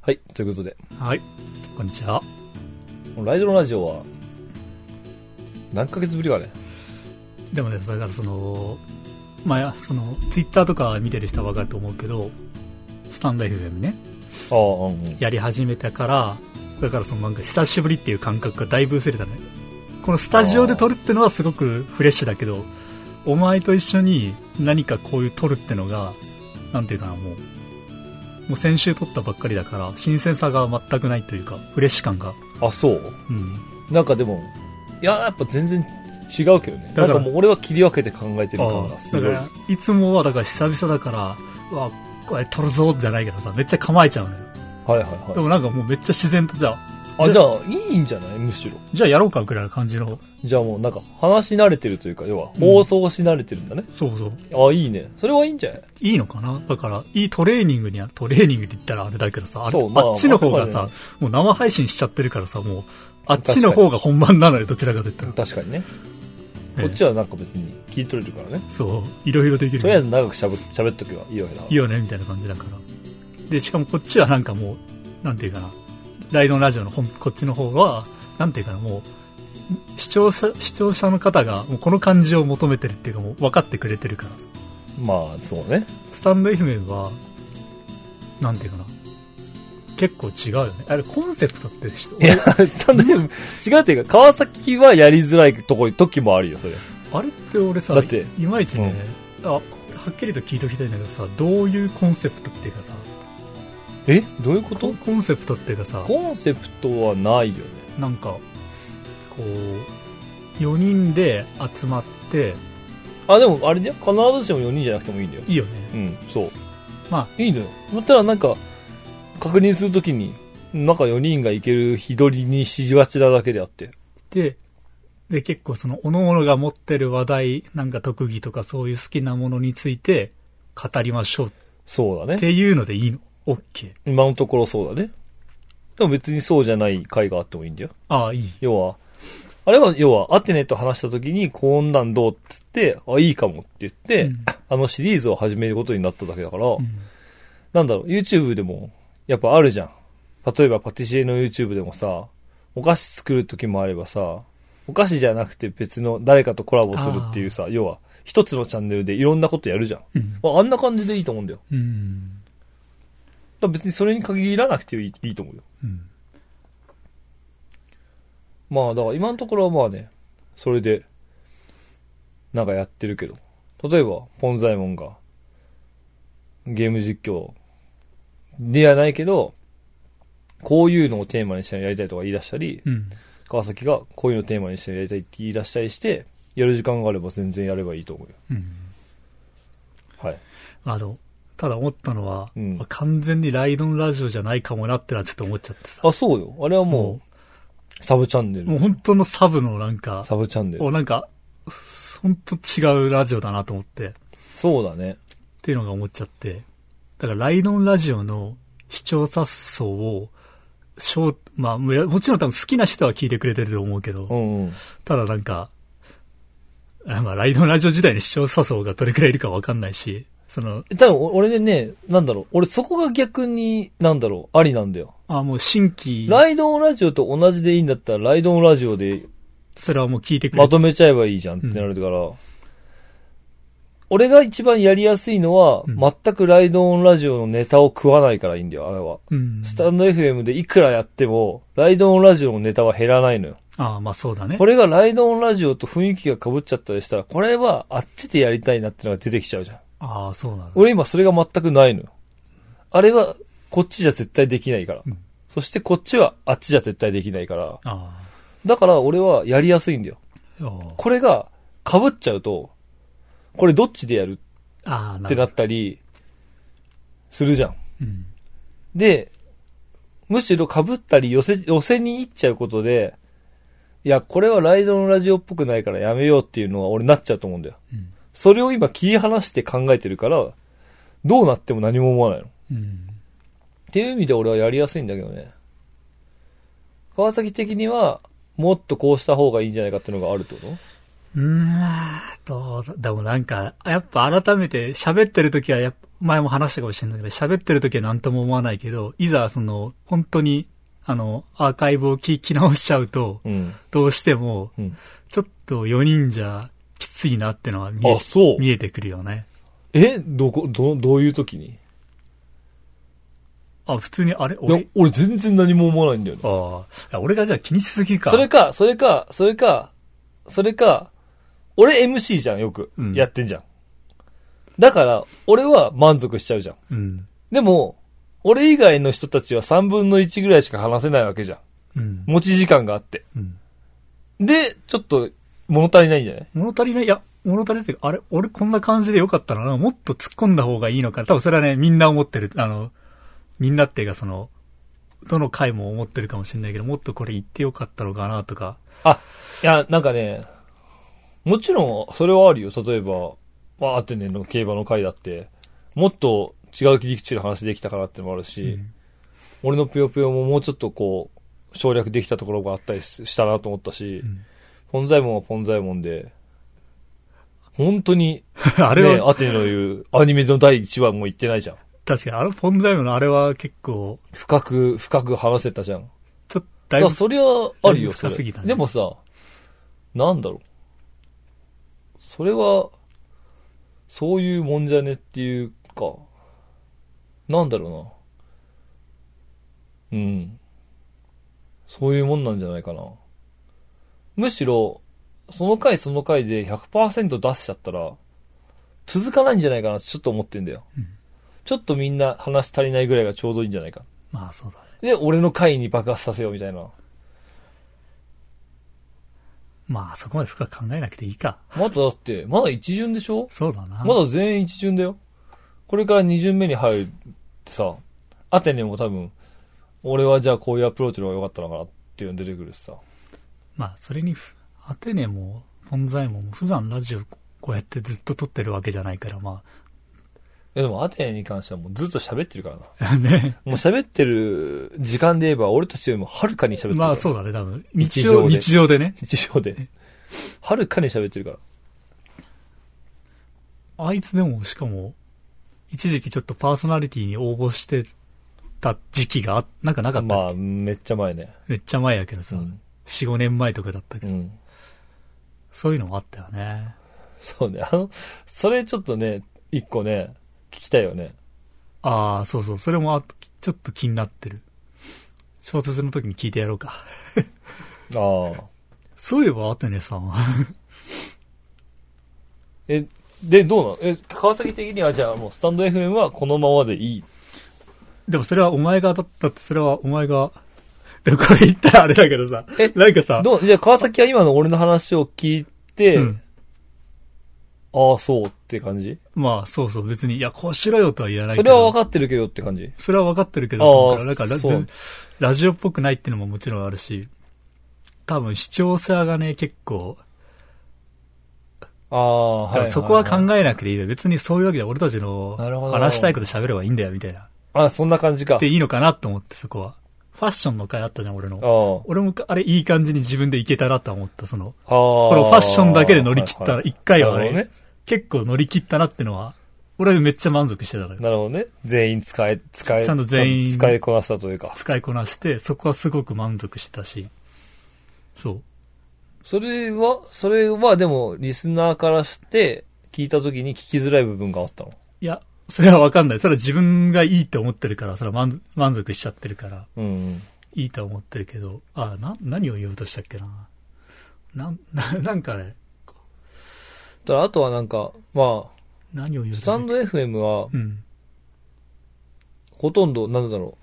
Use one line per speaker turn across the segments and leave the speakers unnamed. はい、ということで、
はい。こんにちは。
このラジオのラジオは、何ヶ月ぶりあれ
でもです、だからその、まあ、その、ツイッターとか見てる人は分かると思うけど、スタンダ FM ね、
ああ、うんうん。
やり始めたから、だからそのなんか久しぶりっていう感覚がだいぶ薄れたね。このスタジオで撮るってのはすごくフレッシュだけど、お前と一緒に何かこういう撮るってのが、なんていうかな、もう、もう先週撮ったばっかりだから、新鮮さが全くないというか、フレッシュ感が。
あ、そう。
うん。
なんかでも、いや、やっぱ全然違うけどね。な
だ
ん
から
かもう俺は切り分けて考えてる感
あ
が
あ
す
だ
ご
か
い。
らいつもはだから久々だからうわこれ撮るぞじゃないけどさめっちゃ構えちゃうのよ
はいはい
で
は
もなんかもうめっちゃ自然とじゃあ
い。あ、じゃあ、いいんじゃないむしろ。
じゃあやろうかぐらいな感じの
じゃあもうなんか、話し慣れてるというか、要は、放送し慣れてるんだね。
そうそう
あ、いいね。それはいいんじゃない
いいのかなだからいいトレーニングにはトレーニングって言ったらあれだけどさあれ
そうまあ
あっちの方が
まあ
さ
ま
もう生配信しちゃってるからさもうあっちの方が本番なのよどちらかといったら、
確かにね。
え
こ
え
っちはなんか別に聞いとれるからね。
そういろいろできる
とりあえず長くしゃべ喋っとけばいいわけだから
いいよねみたいな感じだからでしかもこっちはなんかもうなんていうかなライドのラジオの本こっちの方はなんていうかなもう視聴者視聴者の方がもうこの感じを求めてるっていうかもう分かってくれてるから
まあ、そうね。
スタンド FM はなんていうかな結構違うよねあれコンセプトってし
いや、スタンド FM 違うっていうか、川崎はやりづらいところ、時もあるよ、それ。
あれって俺さ
だって
いいまいちね、あはっきりと聞いておきたいんだけどさどういうコンセプトっていうかさ
えどういうこ
ココンセプトっていうかさ
コンセプトはないよね。
なんかこう4人で集まって
あ、でもあれね、必ずしも4人じゃなくてもいいんだよ。
いいよね
うん、そう。
ま
いいのよ。またらなんか、確認するときに、なんか4人がいける日取りにしがちなだけであって。
でで結構その各々が持ってる話題なんか特技とかそういう好きなものについて語りましょうっ
そうだね。
ていうのでいいの OK
今のところそうだね。でも別にそうじゃない回があってもいいんだよ。
ああいい
要は、あれは要は、アテネと話したときに、こんなんどうっつって、あ、いいかもって言って、
うん
あのシリーズを始めることになっただけだから、
うん
なんだろう、YouTube でも、やっぱあるじゃん。例えばパティシエの YouTube でもさ、お菓子作る時もあればさ、お菓子じゃなくて別の誰かとコラボするっていうさ、要は、一つのチャンネルでいろんなことやるじゃん。
うん
ああんな感じでいいと思うんだよ。
うん
だから別にそれに限らなくていいいいと思うよ。
うん
まあ、だから今のところはまあね、それで、なんかやってるけど。例えば、ポンザイモンが、ゲーム実況ではないけど、こういうのをテーマにしてやりたいとか言い出したり、
うん
川崎がこういうのをテーマにしてやりたいって言い出したりして、やる時間があれば全然やればいいと思うよ。
うん
はい。
あのただ思ったのは、
うん
完全にライドンラジオじゃないかもなってのはちょっと思っちゃってさ
あ、そうよ。あれはもう、サブチャンネ
もう
ル。
本当のサブのなんか
サブチャンネル
お。なんか本当違うラジオだなと思って
そうだね。
っていうのが思っちゃって。だから、ライドンラジオの視聴者層を、しょう、まあ、むやもちろん多分好きな人は聞いてくれてると思うけ
う
ど、
んうん。
ただなんか、あまあ、ライドンラジオ自体に視聴者層がどれくらいいるかわかんないし、その、
多分お俺でね、なんだろう、俺そこが逆に、なんだろう、ありなんだよ。
あもう新規、
ライドオンラジオと同じでいいんだったら、ライドオンラジオで
それはもう聞いてくれ
ま
て、
とめちゃえばいいじゃんってなるから、俺が一番やりやすいのは、
うん
全くライドオンラジオのネタを食わないからいいんだよ、あれは。
うん。
スタンド FM でいくらやっても、ライドオンラジオのネタは減らないのよ。
ああ、まあそうだね
こ。れがライドオンラジオと雰囲気が被っちゃったりしたら、これはあっちでやりたいなってのが出てきちゃうじゃん。
ああ、そうなんだ。
俺今それが全くないのよ。あれは、こっちじゃ絶対できないから。
うん
そしてこっちはあっちじゃ絶対できないから。
あ
だから俺はやりやすいんだよ。
あ、あ
これが被っちゃうと、これどっちでやる
あああ、
っ
な
て
るほ
な
ど。
ったり、するじゃん。
うん。
で、むしろ被ったり寄せ、寄せに行っちゃうことで、いや、これはライドのラジオっぽくないからやめようっていうのは俺なっちゃうと思うんだよ。
うん
それを今切り離して考えてるから、どうなっても何も思わないの。
うん。
っていう意味で俺はやりやすいんだけどね。川崎的には、もっとこうした方がいいんじゃないかっていうのがあるってこと
うーん、あーどうだ、でもなんか、やっぱ改めて喋ってる時はやっぱ、前も話したかもしれないけど、喋ってる時は何とも思わないけど、いざその、本当に、あの、アーカイブを聞き直しちゃうと、
うん。
どうしても、
うん。
ちょっと4人じゃきついなってのは見え
あ、そう。
見えてくるよね。
えどこ、ど、どういう時に
あ、普通に、あれ
いや
俺、、
俺全然何も思わないんだよね。
ああ、俺がじゃあ気にしすぎか。
それか、それか、それか、それか、俺 MC じゃん、よく
う。ん
やってんじゃん。だから、俺は満足しちゃうじゃん。
うん。
でも、俺以外の人たちは3分の1ぐらいしか話せないわけじゃん。
うん。
持ち時間があって。
うん。
で、ちょっと、物足りないんじゃない
物足りない、いや、物足りないっていうか、あれ、俺こんな感じでよかったのかなもっと突っ込んだ方がいいのかな多分それはね、みんな思ってる。あの、みんなっていうかその、どの回も思ってるかもしれないけど、もっとこれ言ってよかったのかなとか。
あ、いや、なんかね、もちろん、それはあるよ。例えば、わーってね、の競馬の回だって、もっと違う切り口の話できたからってのもあるし、
うん
俺のぷよぷよももうちょっとこう、省略できたところがあったりししたなと思ったし、
ん
ポンザイモンはポンザイモンで、本当に、
あ
ね、
れは、
アテネの言うアニメの第1話も言ってないじゃん。
確かに、あの、ポンザイムのあれは結構、
深く、深く話せたじゃん。
ちょっと、
だ
だいぶ、
それはあるよ、
だいぶ深すぎたね
それでもさ、なんだろう。それは、そういうもんじゃねっていうか、なんだろうな。うん。そういうもんなんじゃないかな。むしろ、その回その回で100%出しちゃったら、続かないんじゃないかなってちょっと思ってんだよ。
うん
ちょっとみんな話足りないぐらいがちょうどいいんじゃないか。
まあそうだね。
で、俺の回に爆発させようみたいな。
まあそこまで深く考えなくていいか。
まだだって、まだ一巡でしょ
そうだな。
まだ全員一巡だよ。これから二巡目に入るってさ、アテネも多分、俺はじゃあこういうアプローチの方が良かったのかなっていうの出てくるしさ。
まあ、それにふ、アテネも、ポンザイモも、普段ラジオこうやってずっと撮ってるわけじゃないから、ま
いやでもアテネに関してはもうずっと喋ってる からな。
あ、ね。
もう喋ってる時間で言えば俺たちよりもはるかに喋ってるから。
まあ、そうだね、多分。
日
日
常
常、
で
日常でね。
日常で。はるかに喋ってるから。
あいつでも、しかも、一時期ちょっとパーソナリティに応募してた時期があ、なんかなかった。
まあ、めっちゃ前ね。
めっちゃ前やけど
う
さ、
ん。
4、5年前とかだったけ
う
ど、
ん。
そういうのもあったよね。
そうね。あの、それちょっとね、一個ね、聞きたいよね。
ああ、そうそう、それもあ、ちょっと気になってる。小説の時に聞いてやろうか。
ああ。
そういえば、アテネさんは、
え、で、どうなのえ、川崎的にはじゃあもうスタンド FM はこのままでいい。
でもそれはお前が当たったって、それはお前が、でもこれ言ったらあれだけどさ、
え
なんかさ、
どうじゃあ川崎は今の俺の話を聞いて、
うん、
ああ、そうって感じ
まあそうそう、別に、いや、こうしろよとは言わない
そ
け
れ
ど、
は分かってるけどって感じ。
それは分かってるけ
あ
ど、
ー
だからなんか
そう
ラジラジオっぽくないっていうのももちろんあるし、多分視聴者がね、結構、
ああ、はいいいい。
そこは考えなくていいよ。別にそういうわけで俺たちの
なるほど
話したいこと喋ればいいんだよ、みたいな。
あそんな感じか。
で、いいのかなと思って、そこは。ファッションの回あったじゃん、俺
あ
の。
あ。
俺も、あれ、いい感じに自分でいけたなと思った、その、
こ
これをファッションだけで乗り切ったら、一回は
なるほど
ね
ね、。
結構乗り切ったなってのは、俺はめっちゃ満足してたのよ。
なるほどね。全員使え、使え、
ちゃんと全員
使いこなしたというか。
使いこなして、そこはすごく満足してたし。そう。
それは、それはでも、リスナーからして、聞いた時に聞きづらい部分があったの。
いや、それはわかんない。それは自分がいいと思ってるから、それは満足満足しちゃってるから、
うんうん。
いいと思ってるけど、あ、な、何を言おうとしたっけな。なん、な、なんかね、
だからあとはなんか、まあ、
何を言おうとし
ス
た
タ
っ
ン
け
ド FM は、
うん。
ほとんど、なんだろ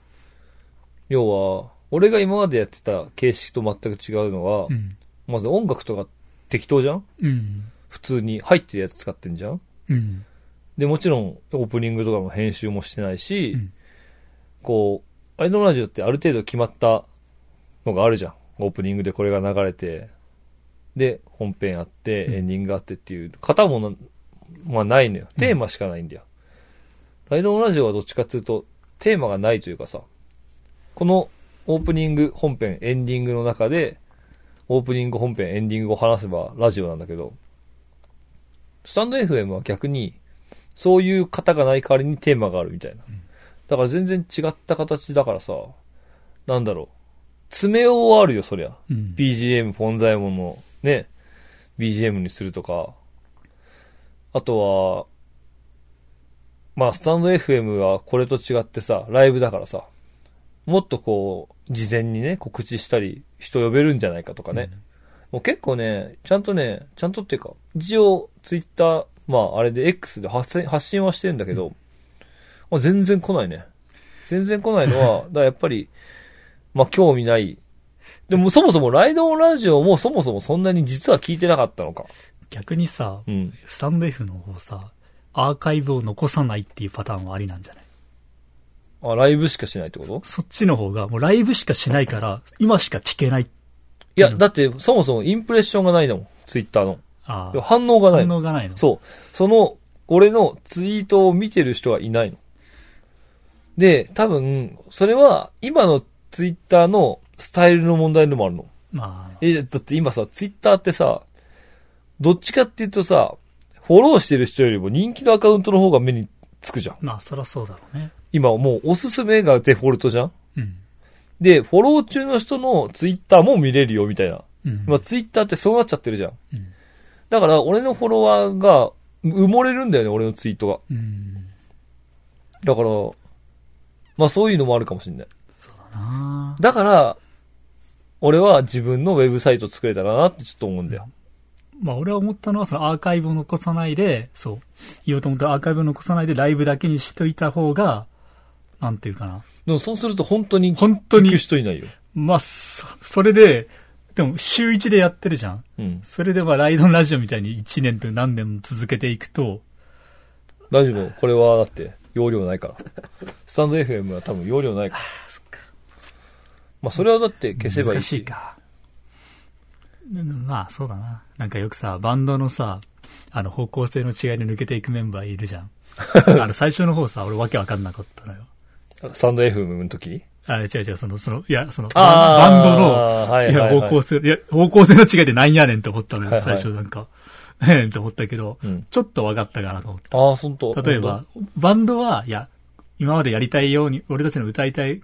う。要は、俺が今までやってた形式と全く違うのは、
うん。
まず音楽とか適当じゃん
うん。
普通に入ってるやつ使ってんじゃん
うん。
で、もちろんオープニングとかも編集もしてないし、
うん
こう、アイドルラジオってある程度決まったのがあるじゃん。オープニングでこれが流れて、で、本編あって、
うん
エンディングあってっていう、型もな、まあないのよ。テーマしかないんだよ。ライドオンラジオはどっちかっていうと、テーマがないというかさ、このオープニング、本編、エンディングの中で、オープニング本編、エンディングを話せばラジオなんだけど、スタンド FM は逆に、そういう型がない代わりにテーマがあるみたいな。だから全然違った形だからさ、なんだろう。詰めようはあるよ、そりゃ。
うん。
BGM、ポンザイモンのね、BGM にするとか、あとは、まあ、スタンド FM はこれと違ってさ、ライブだからさ、もっとこう、事前にね、告知したり、人呼べるんじゃないかとかね。もう結構ね、ちゃんとね、ちゃんとっていうか、一応、ツイッター、まあ、あれで X で発信発信はしてんだけど、まあ全然来ないね。全然来ないのは、だからやっぱり、まあ、興味ない。でも、そもそも、ライドオンラジオもそもそもそんなに実は聞いてなかったのか。
逆にさ、
うん。
スタンド F の方さ、アーカイブを残さないっていうパターンはありなんじゃない
あ、ライブしかしないってこと
そっちの方が、もうライブしかしないから、今しか聞けない。
いや、だって、そもそもインプレッションがないんだもん。ツイッターの。
あ
いや
あ、
反応がない
反
の。
応がないの。
そう。その、俺のツイートを見てる人はいないの。で、多分、それは、今のツイッターのスタイルの問題でもあるの。
まあ、
え、だって今さ、ツイッターってさ、どっちかっていうとさ、フォローしてる人よりも人気のアカウントの方が目につくじゃん。
まあ、そらそうだろうね。
今はもうおすすめがデフォルトじゃん
うん。
で、フォロー中の人のツイッターも見れるよ、みたいな。
うん。
まあツイッターってそうなっちゃってるじゃん。
うん
だから、俺のフォロワーが埋もれるんだよね、俺のツイートが。
うん。
だから、まあそういうのもあるかもしれない。
そうだな
だから、俺は自分のウェブサイト作れたらなってちょっと思うんだよ。
まあ、俺は思ったのは、そのアーカイブを残さないで、そう、言おうと思ったアーカイブを残さないで、ライブだけにしといた方が、なんていうかな。
でもそうすると本当に
本当に
聞く人いないよ。
まあ、そ、それで、でも、週1でやってるじゃん。
うん。
それで、まあ、ライドンラジオみたいに1年と何年も続けていくと、
大丈夫。これはだって、容量ないから。スタンド FM は多分容量ないから。まあそれはだって消せばいい
難
し。
しいか。うんまあ、そうだな。なんかよくさ、バンドのさ、あの、方向性の違いで抜けていくメンバーいるじ ゃん。あの、最初の方さ、俺わけわかんなかったのよ。
スタンド FM の時
あ、違う違う、その、その、いや、その、
あー
バンドの、
はい
い
は
や、
いはい
方向性、いや、方向性の違いでなんやねんと思ったの
はい
よ、
はい
最初なんか。 ええんと思ったけど
うん、
ちょっとわかったかなと思って。
ああ、そんと。
例えば、バンドは、いや、今までやりたいように、俺たちの歌いたい、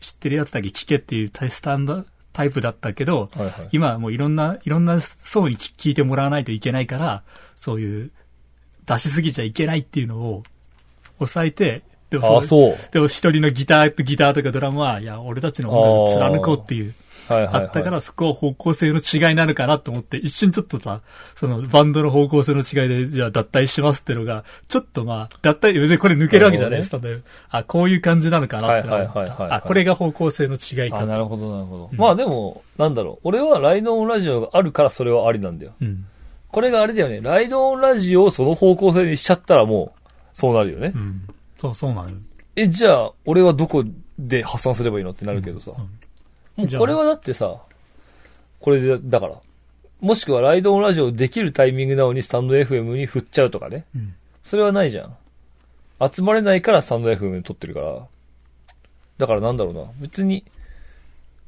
知ってるやつだけ聴けっていうタイスタンド、タイプだったけど、
はいはい
今はもういろんな、いろんな層に聞聞いてもらわないといけないから、そういう、出しすぎちゃいけないっていうのを、抑えて、で
ああ、
それ
そう。
でも一人のギターとギターとかドラムは、いや、俺たちの音楽を貫こうっていう、
はいはい、
あ
はい。
ったからそこは方向性の違いなのかなと思って、一瞬ちょっとさ、そのバンドの方向性の違いで、じゃあ脱退しますってのが、ちょっとまあ、脱退、別にこれ抜けるわけじゃないです、ね、あ、こういう感じなのかなってのが
はいはいはいはいはい
あ、これが方向性の違い
あ、
か。
なるほど、なるほど。まあでも、なんだろう。俺はライドオンラジオがあるからそれはありなんだよ。
うん。
これがあれだよね。ライドオンラジオをその方向性にしちゃったらもう、そうなるよね
う。ん。そう、そうなのよ。
え、じゃあ、俺はどこで発散すればいいのってなるけどさ。
うん
もうこれはだってさ、これで、だから。もしくはライドオンラジオできるタイミングなのにスタンド FM に振っちゃうとかね。
うん。
それはないじゃん。集まれないからスタンド FM 撮ってるから。だからなんだろうな。別に、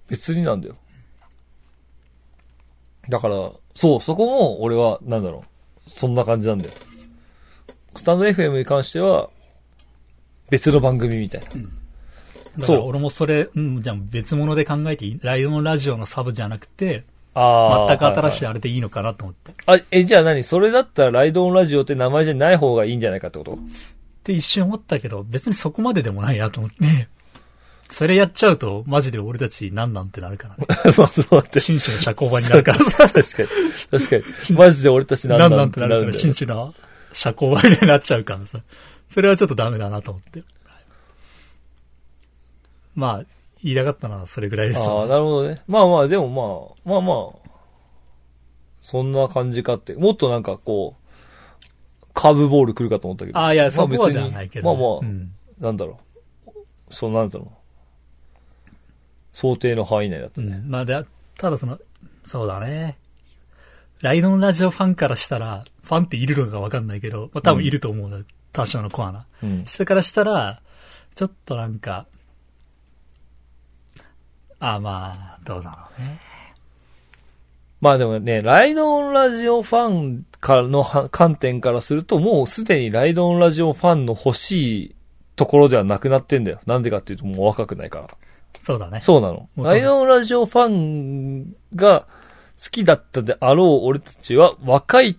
別になんだよ。だから、そう、そこも俺は、なんだろう。そんな感じなんだよ。スタンド FM に関しては、別の番組みたいな。
だか
そう
ら俺もそれ、うん、じゃあ別物で考えていいライオンラジオのサブじゃなくて、
あー
全く新し
はい
あれでいいのかなと思って。
いはいあ、え、じゃあ何それだったらライドオンラジオって名前じゃない方がいいんじゃないかってこと
って一瞬思ったけど、別にそこまででもないなと思って。それやっちゃうと、マジで俺たち何なんてなるからね。
まあ、そうだって。
紳士の社交場になるから さ。
確かに。確かに。マジで俺たちな
何
ん
な
なん
ん
っててな
なる
るん
から、
だよ
紳。士の社交場になっちゃうからさ。それはちょっとダメだなと思って。まあ、言いたかったのはそれぐらいです
あ
わ
あ、なるほどね。まあまあ、でもまあ、まあまあ、そんな感じかって。もっとなんかこう、カーブボール来るかと思ったけど。
ああ、いや、そこ
まあ
は
別
で
に
はないけ
まあ
ど。
まあ、
うん
なんだろう。そう、なんだろう。想定の範囲内だった
う
ね。
ん、まあで、ただその、そうだね。ライドンラジオファンからしたら、ファンっているのかわかんないけど、まあ多分いると思うの、多少のコアな。
うん。
人からしたら、ちょっとなんか、あまあ、どうだろうね。
まあでもね、ライドオンラジオファンからのは観点からすると、もうすでにライドオンラジオファンの欲しいところではなくなってんだよ。なんでかっていうともう若くないから。
そうだね。
そうなの。
元々
ライドオンラジオファンが好きだったであろう俺たちは若い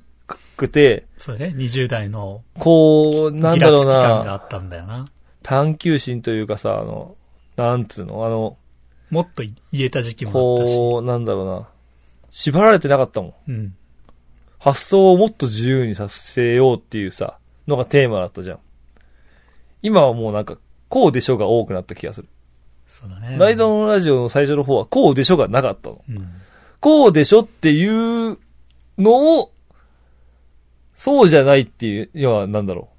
くて、
そうだね。20代の
こう、
ギラ
なん
つき
だろう
感があ
な、
ったんだよな。
探求心というかさ、あの、なんつうの、あの、
もっと言えた時期もあったし。
こう、なんだろうな、縛られてなかったもん。
うん。
発想をもっと自由にさせようっていうさ、のがテーマだったじゃん。今はもうなんか、こうでしょが多くなった気がする。
そうだね。
ライドオンラジオの最初の方は、こうでしょがなかったの。
うん。
こうでしょっていうのを、そうじゃないっていう、要はなんだろ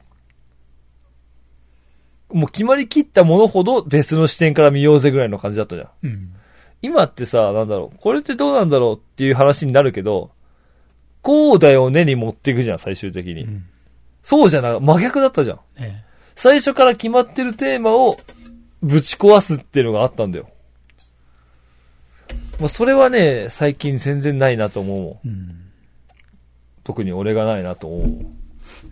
う。もう決まりきったものほど別の視点から見ようぜぐらいの感じだったじゃん。
うん。
今ってさ、なんだろう、これってどうなんだろうっていう話になるけど、こうだよねに持っていくじゃん、最終的
う
に。
ん。
そうじゃな、真逆だったじゃん。
ね
最初から決まってるテーマをぶち壊すっていうのがあったんだよ。まあ、それはね、最近全然ないなと思うもん。
うん。
特に俺がないなと思う。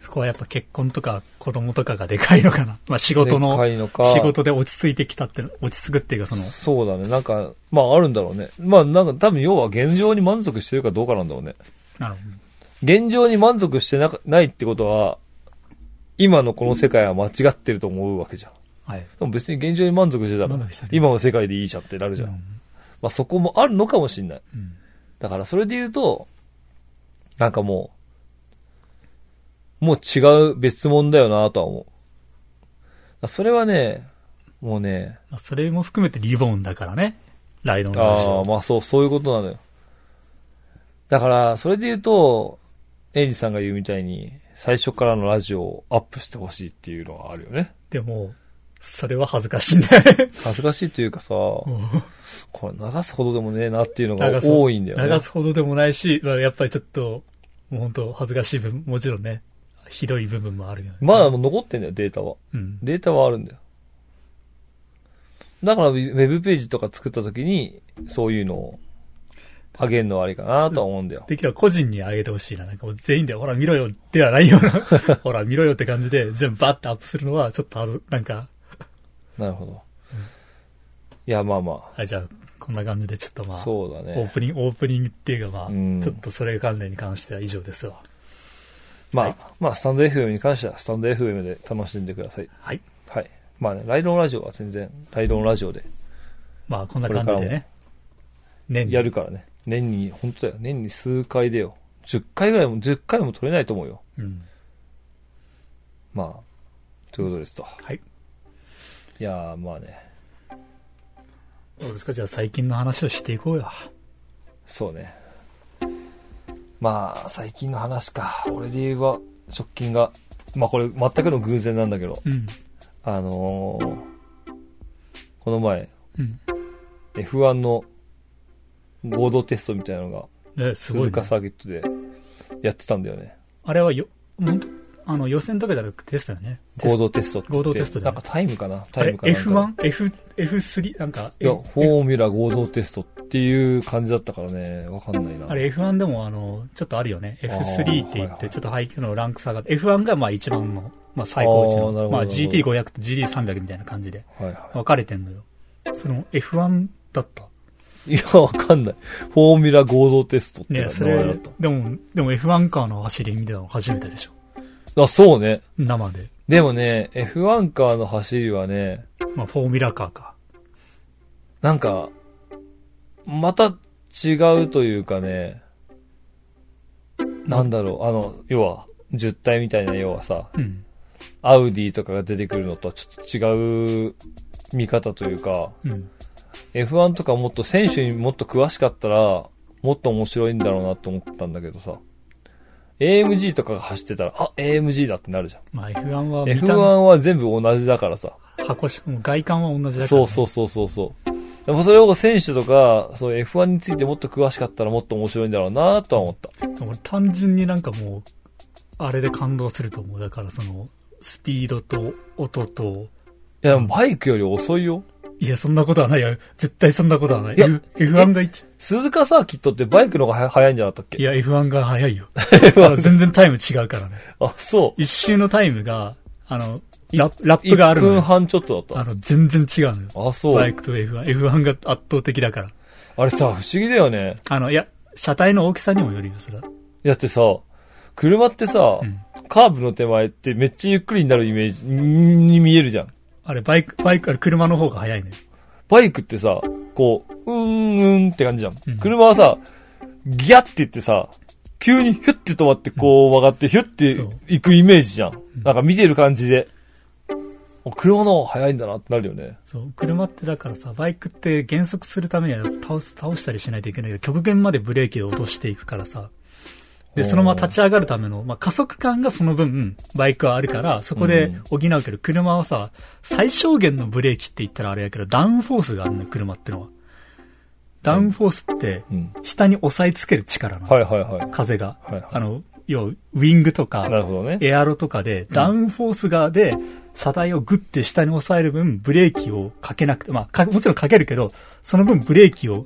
そこはやっぱ結婚とか子供とかがでかいのかな。まあ仕事の、
でっかいのか
仕事で落ち着いてきたって、落ち着くっていうかその、
そうだね。なんか、まああるんだろうね。まあなんか多分要は現状に満足してるかどうかなんだろうね。
なる
現状に満足してなかないってことは、今のこの世界は間違ってると思うわけじゃん。
ほど。はい。
でも別に現状に満足してたら
満足して、る
今の世界でいいじゃんってなるじゃん。まあそこもあるのかもしんない。
うん。
だからそれで言うと、なんかもう、もう違う別物だよなとは思うだから。それはね、もうね、
まあそれも含めてリボンだからね。ライドオンラジ
ああ、
オ。
まあそう、そういうことなのよ。だから、それで言うと、エイジさんが言うみたいに、最初からのラジオをアップしてほしいっていうのはあるよね。
でも、それは恥ずかしいんだよね。
恥ずかしいというかさ、これ流すほどでもねえなっていうのが
流す
多いんだよね。
流すほどでもないし、まあ、やっぱりちょっと、もう本当恥ずかしい部分、もちろんね、ひどい部分もあるよね。
まだもう残ってんだよ、データは。
うん。
データはあるんだよ。だからウェウェブページとか作った時に、そういうのをあげるのはありかなとは思うんだよ。
できれば個人にあげてほしいな。なんかもう全員で、ほら見ろよ、ではないような。 ほら見ろよって感じで、全部バッてアップするのは、ちょっとはず、なんか、
なるほど。いや、まあま
あ、じゃあ、こんな感じでちょっと
あ、
まあ、
そうだ
オー
ね。
プニング、オープニングっていうかまあ、
うん
ちょっとそれ関連に関しては以上ですわ。
まあ、
はい
まあ、スタンド FM に関しては、スタンド FM で楽しんでください。
はい。
はい。まあね、ライドンラジオは全然、ライドンラジオで
まあ、こんな感じ
これから
でね。年に
やるからね。年に、本当だよ。年に数回でよ。10回ぐらいも、10回も取れないと思うよ。
うん。
まあ、ということですと。
はい。
いやー、まあね。
どうですかじゃあ最近の話をしていこうよ。
そうね。まあ、最近の話か。俺で言えば、直近が、まあこれ全くの偶然なんだけど、
うん。
あのーこの前、
うん。
F1 の合同テストみたいなのが、
ね、すごい、
鈴
ね。
鹿サーキットでやってたんだよね。
あれはよ、ほんとあの、予選とかじゃなくてテストよね。テ
合
スト
同テストって言って。
合同テストだ
な
ね
んかタイムかな
あ
タイ
れ
ムかなんか。
F1?F、F3? なんか、
いや、
え
フォーミュラ合同テストっていう感じだったからね、わかんないな。
あれ F1 でもあの、ちょっとあるよね。
あー
F3 って言
は
っ
いは
て、
い
ちょっと配球のランク差が、F1 がまあ一番の、まあ最高値
あーなる
の、
ほど
まあ GT500 と GT300 みたいな感じで
はいは
分かれてんのよ。その F1 だった。
い。いや、わかんない。フォーミュラ合同テストって名
ねそ
前だ
れ
っ、
でも、でも F1 カーの走り見てたの初めてでしょ。
た。あ、そうね。
生で。
でもね、F1 カーの走りはね、
まあフォーミュラカーか。
なんか、また違うというかね、なんだろう、あの、要は、10体みたいな、要はさ、
うん。
アウディとかが出てくるのとはちょっと違う見方というか、
うん。
F1 とかもっと選手にもっと詳しかったら、もっと面白いんだろうなと思ったんだけどさ、AMG とかが走ってたら、あ、AMG だってなるじゃん。
まあ F1 は見
F1
た目、
は全部同じだからさ、
箱し、もう外観は同じだから、
そ
ね。
うそうそうそうそう。でもそれを選手とか、そう F1 についてもっと詳しかったらもっと面白いんだろうなとは思った。
俺単純になんかもう、あれで感動すると思う。だからその、スピードと音と、
いや、でもバイクより遅いよ。
いや、そんなことはないよ。絶対そんなことはない。
いや
F- F1 が一、
鈴鹿サーキットってバイクの方がは速いんじゃなかったっけ
いや、F1 が早いよ。
F1
全然タイム違うからね。
あ、そう。
一周のタイムが、あの、ララップがある
1
の
分
よ。
半ちょっとだ
あ
っ
の、全然違うのよ。
た。あ、そ
バイ
う。
クと F1。F1 が圧倒的だから。
あれさ、不思議だよね。
あの、いや、車体の大きさにもよるよ、それは。
だってさ、車ってさ、
うん
カーブの手前ってめっちゃゆっくりになるイメージに見えるじゃん。
あれ、バイク、バイク、あれ、車の方が早いのよ。
バイクってさ、こう、うーん、うんって感じじゃん。
うん
車はさ、ギャって言ってさ、急にヒュッて止まってこう曲がってヒュッて
そう
行くイメージじゃん。
ん
なんか見てる感じで。あ車の方が速いんだなってなるよね。
そう、車ってだからさ、バイクって減速するためには倒す、倒したりしないといけないけど、極限までブレーキを落としていくからさ。で、
おー
そのまま立ち上がるための、まあ、加速感がその分、バイクはあるから、そこで補うけど、車はさ、最小限のブレーキって言ったらあれやけど、ダウンフォースがあるのよ、車ってのは。ダウンフォースって、
うん。
下に押さえつける力なの。
はいはいはい。
風が。
はいは
あの、要は、ウィングとか
い。、なるほどね。
エアロとかで、ダウンフォース側で、車体をグッて下に押さえる分、ブレーキをかけなくて、まあか、もちろんかけるけど、その分ブレーキを、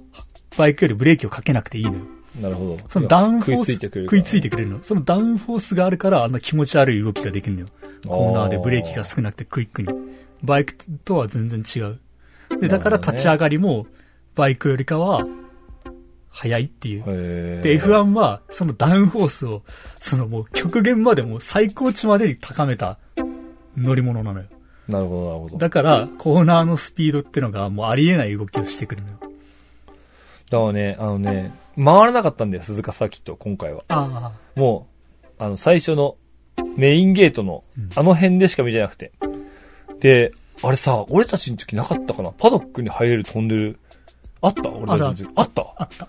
バイクよりブレーキをかけなくていいのよ。
なるほど。
そのダウンフォー
食
ス、
いついてくれるか
食
ら。
いついてくれるの。そのダウンフォースがあるから、あんな気持ち悪い動きができるのよ。コーナーでブレーキが少なくてクイックに。バイクとは全然違う。で、だか
なる
ら
ほどね
立ち上がりも、バイクよりかは、速いっていう。
へー
で、。F1 は、そのダウンフォースを、そのもう極限までもう最高値までに高めた乗り物なのよ。
なるほどなるほど。だ
だから、コーナーのスピードってのがもうありえない動きをしてくるのよ。
からね、あのね、回らなかったんだよ、鈴鹿サーキット、今回は。
あ
もう、あの、最初のメインゲートの
うん、
あの辺でしか見てなくて。で、あれさ、俺たちの時なかったかなパドックに入れる飛んでる。あった俺たちの時。あった
あ、あった。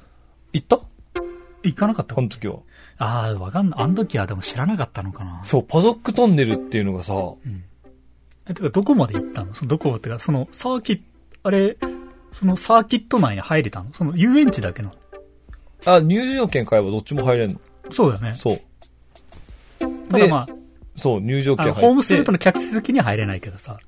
行った
行かなかった
あの時は。
ああ、わかんない。あの時はでも知らなかったのかな。
そう、パドックトンネルっていうのがさ、
え、てかどこまで行ったのそのどこってか、そのサーキット、あれ、そのサーキット内に入れたのその遊園地だけの。
あ、入場券買えばどっちも入れんの。
そうだよね。
そう。
ただまあ、
そう、入場
あ
券入っ
の
て。
ホームストリートの客席には入れないけどさ。
あ、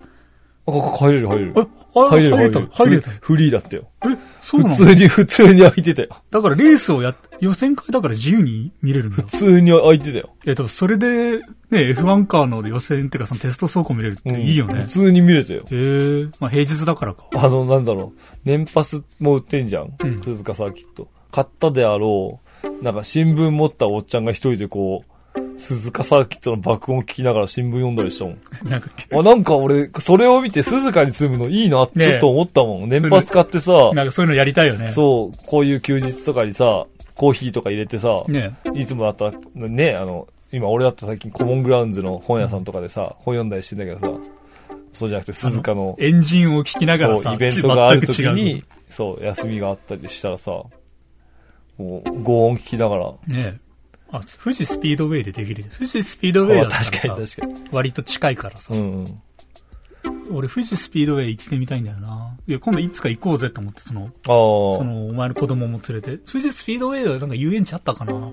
ここ入れる入れる
え。、あ
入れる
入れたの入れたの
フフリーだったよ。
え、そうなの
普通に、普通に空いてたよ。
だからレースをやっ、予選会だから自由に見れるんだ
普。通に空いてたよ。
えっと、それで、ね、F1 カーの予選っていうかそのテスト走行見れるって
うん
いいよ
普
ね。
通に見れたよ。
へえまあ平日だからか。
あの、なんだろう、年パスも売ってんじゃん。
うん
鈴鹿サーキット。買ったであろう、なんか新聞持ったおっちゃんが一人でこう、鈴鹿サーキットの爆音聞きながら新聞読んだりしたも ん。
なんか、
あ、なんか俺、それを見て鈴鹿に住むのいいなって
ねえ
ちょっと思ったもん。年パス買ってさ、
なんかそういうのやりたいよね。
そう、こういう休日とかにさ、コーヒーとか入れてさ、
ね
いつもだったら、ね、あの、今俺だったら最近コモングラウンズの本屋さんとかでさ、本読んだりしてんだけどさ、そうじゃなくて鈴鹿の
エンジンを聞きながら
そ
さ、
う、イベントがある時
ち全く違う
に、そう、休みがあったりしたらさ、もう、ご音聞きながら、
ねあ、富士スピードウェイでできる。富士スピードウェイだ
あ
ったら
確か
さ
に確かに。
割と近いからさ
う。んうん。
俺富士スピードウェイ行ってみたいんだよな。いや、今度いつか行こうぜと思って、その、
あ
そ
あ、
の、お前の子供も連れて。富士スピードウェイはなんか遊園地あったかな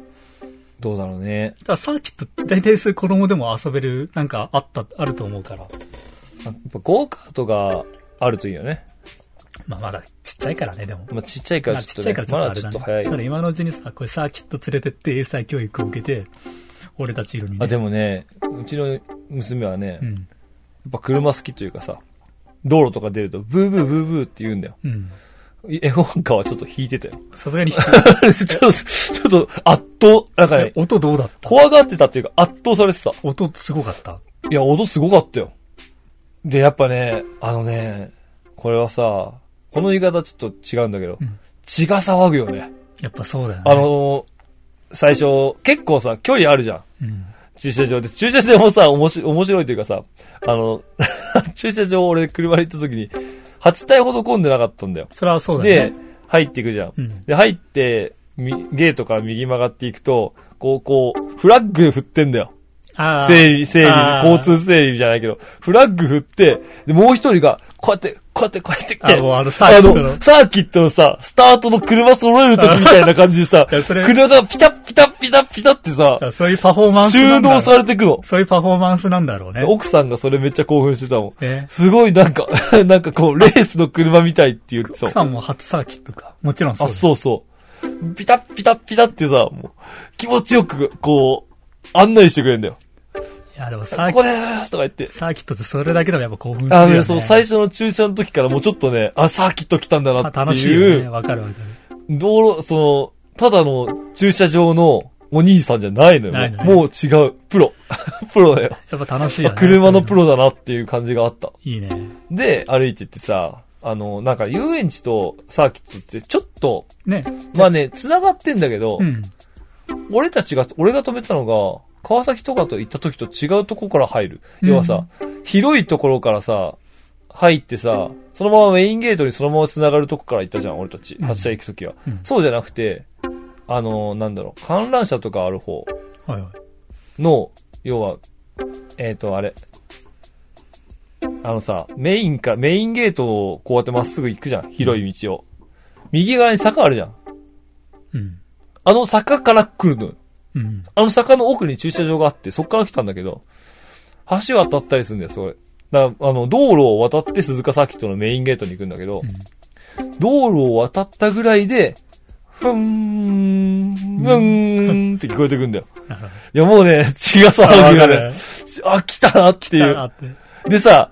どうだろうね。
だからサーキットって大体そういう子供でも遊べる、なんかあった、あると思うから。
やっぱゴーカートがあるといいよね。
まあまだちっちゃいからね、でも。
まあ、ちっちゃいか
ま
ら
あ
ち
ち
ょ
っ
っ
ち
と
ゃい
ね
から、ちょ
ま
っと
だ
あ
ち
れ
ょ
だ
っ
ね。
と早い
た。だ今のうちにさ、これサーキット連れてって英才教育を受けて、俺たちいるにね。
あ、でもね、うちの娘はね、
う
やっ
ん。
ぱ車好きというかさ、道路とか出ると、ブーブーブーブーって言うんだよ。
うん。
絵本化はちょっと引いてた よ。
さすが に、
ちょっと、 ちょっと、圧倒、なんかね、
音どうだった
怖がってたっていうか圧倒されてた。
音すごかった。
いや、音すごかったよ。で、やっぱね、あのね、これはさ、この言い方ちょっと違うんだけど、
うん
血が騒ぐよね。
やっぱそうだよね。
あ、のー最初、結構さ、距離あるじゃん。
うん。
駐車場で。駐車場もさ、おもし面白いというかさ、あの、 駐車場俺車で行った時に、8体ほど混んでなかったんだよ。
それはそうだよ
で
ね。、
入っていくじゃん。
うん。
で、入って、みゲートから右曲がっていくと、こう、こう、フラッグ振ってんだよ。
ああ。
整理、整理
あ、ー
交通整理じゃないけど、フラッグ振って、で、もう一人が、こうやって、こうやってこうやって来
あ、
て。
もうあのサ
あ
ーキットの
の、。サーキットのさ、スタートの車揃えるときみたいな感じでさ、
いやそれ
車がピタッピタッピタッピタッってさ、
あそういうパフォーマンスな
収
んだろ
納
う。
されてくの。
そういうパフォーマンスなんだろうね。
奥さんがそれめっちゃ興奮してたもん。
ね
すごいなんか、 なんかこう、レースの車みたいっていうさ
奥、さんも初サーキットか。もちろんそ
あ、
うだ。
そうそう。ピタッピタッピタッってさ、もう、気持ちよく、こう、案内してくれるんだよ。
いや、でもサー
こ
キッ
こ
ト、
でーすとか言って。
サーキットってそれだけでもやっぱ興奮する
あ
よ
の
ね。
ね、そう、最初の駐車の時からもうちょっと ね、あ、サーキット来たんだな
た
っ
楽
て
しい
い
よね。
う、
わかるわか
道路、その、ただの駐車場のお兄さんじゃないのよ。
ないのね
もう違う。プロ。 プロだよ。
る。やっぱ楽しいよね。
車のプ
ロ。
ロだなっていう感じがあった。
いいね。
で、歩いてってさ、あの、なんか遊園地とサーキットってちょっと、
ね。
まあね、繋がってんだけど、
うん。
俺たちが、俺が止めたのが、川崎とかと行った時と違うとこから入る。
うん
要はさ、広いところからさ、入ってさ、そのままメインゲートにそのまま繋がるとこから行ったじゃん、俺たち。
ん
発車行く時は。
うん
そうじゃなくて、あのなんだろう、観覧車とかある方
はいはい。
の、要は、えっ、と、あれ。あのさ、メインか、メインゲートをこうやってまっすぐ行くじゃん、広い道を。右側に坂あるじゃん。
うん。
あの坂から来るのよ。
うん。
あの坂の奥に駐車場があって、そっから来たんだけど、橋渡ったりするんだよ、それ。だからあの、道路を渡って鈴鹿サーキットのメインゲートに行くんだけど、道路を渡ったぐらいで、ふーん、ふーんって聞こえてくんだよ。
なるほど。
いや、もうね、血が騒ぐよね。あ、来たなって
い
い
や、あ
う。
って。
でさ、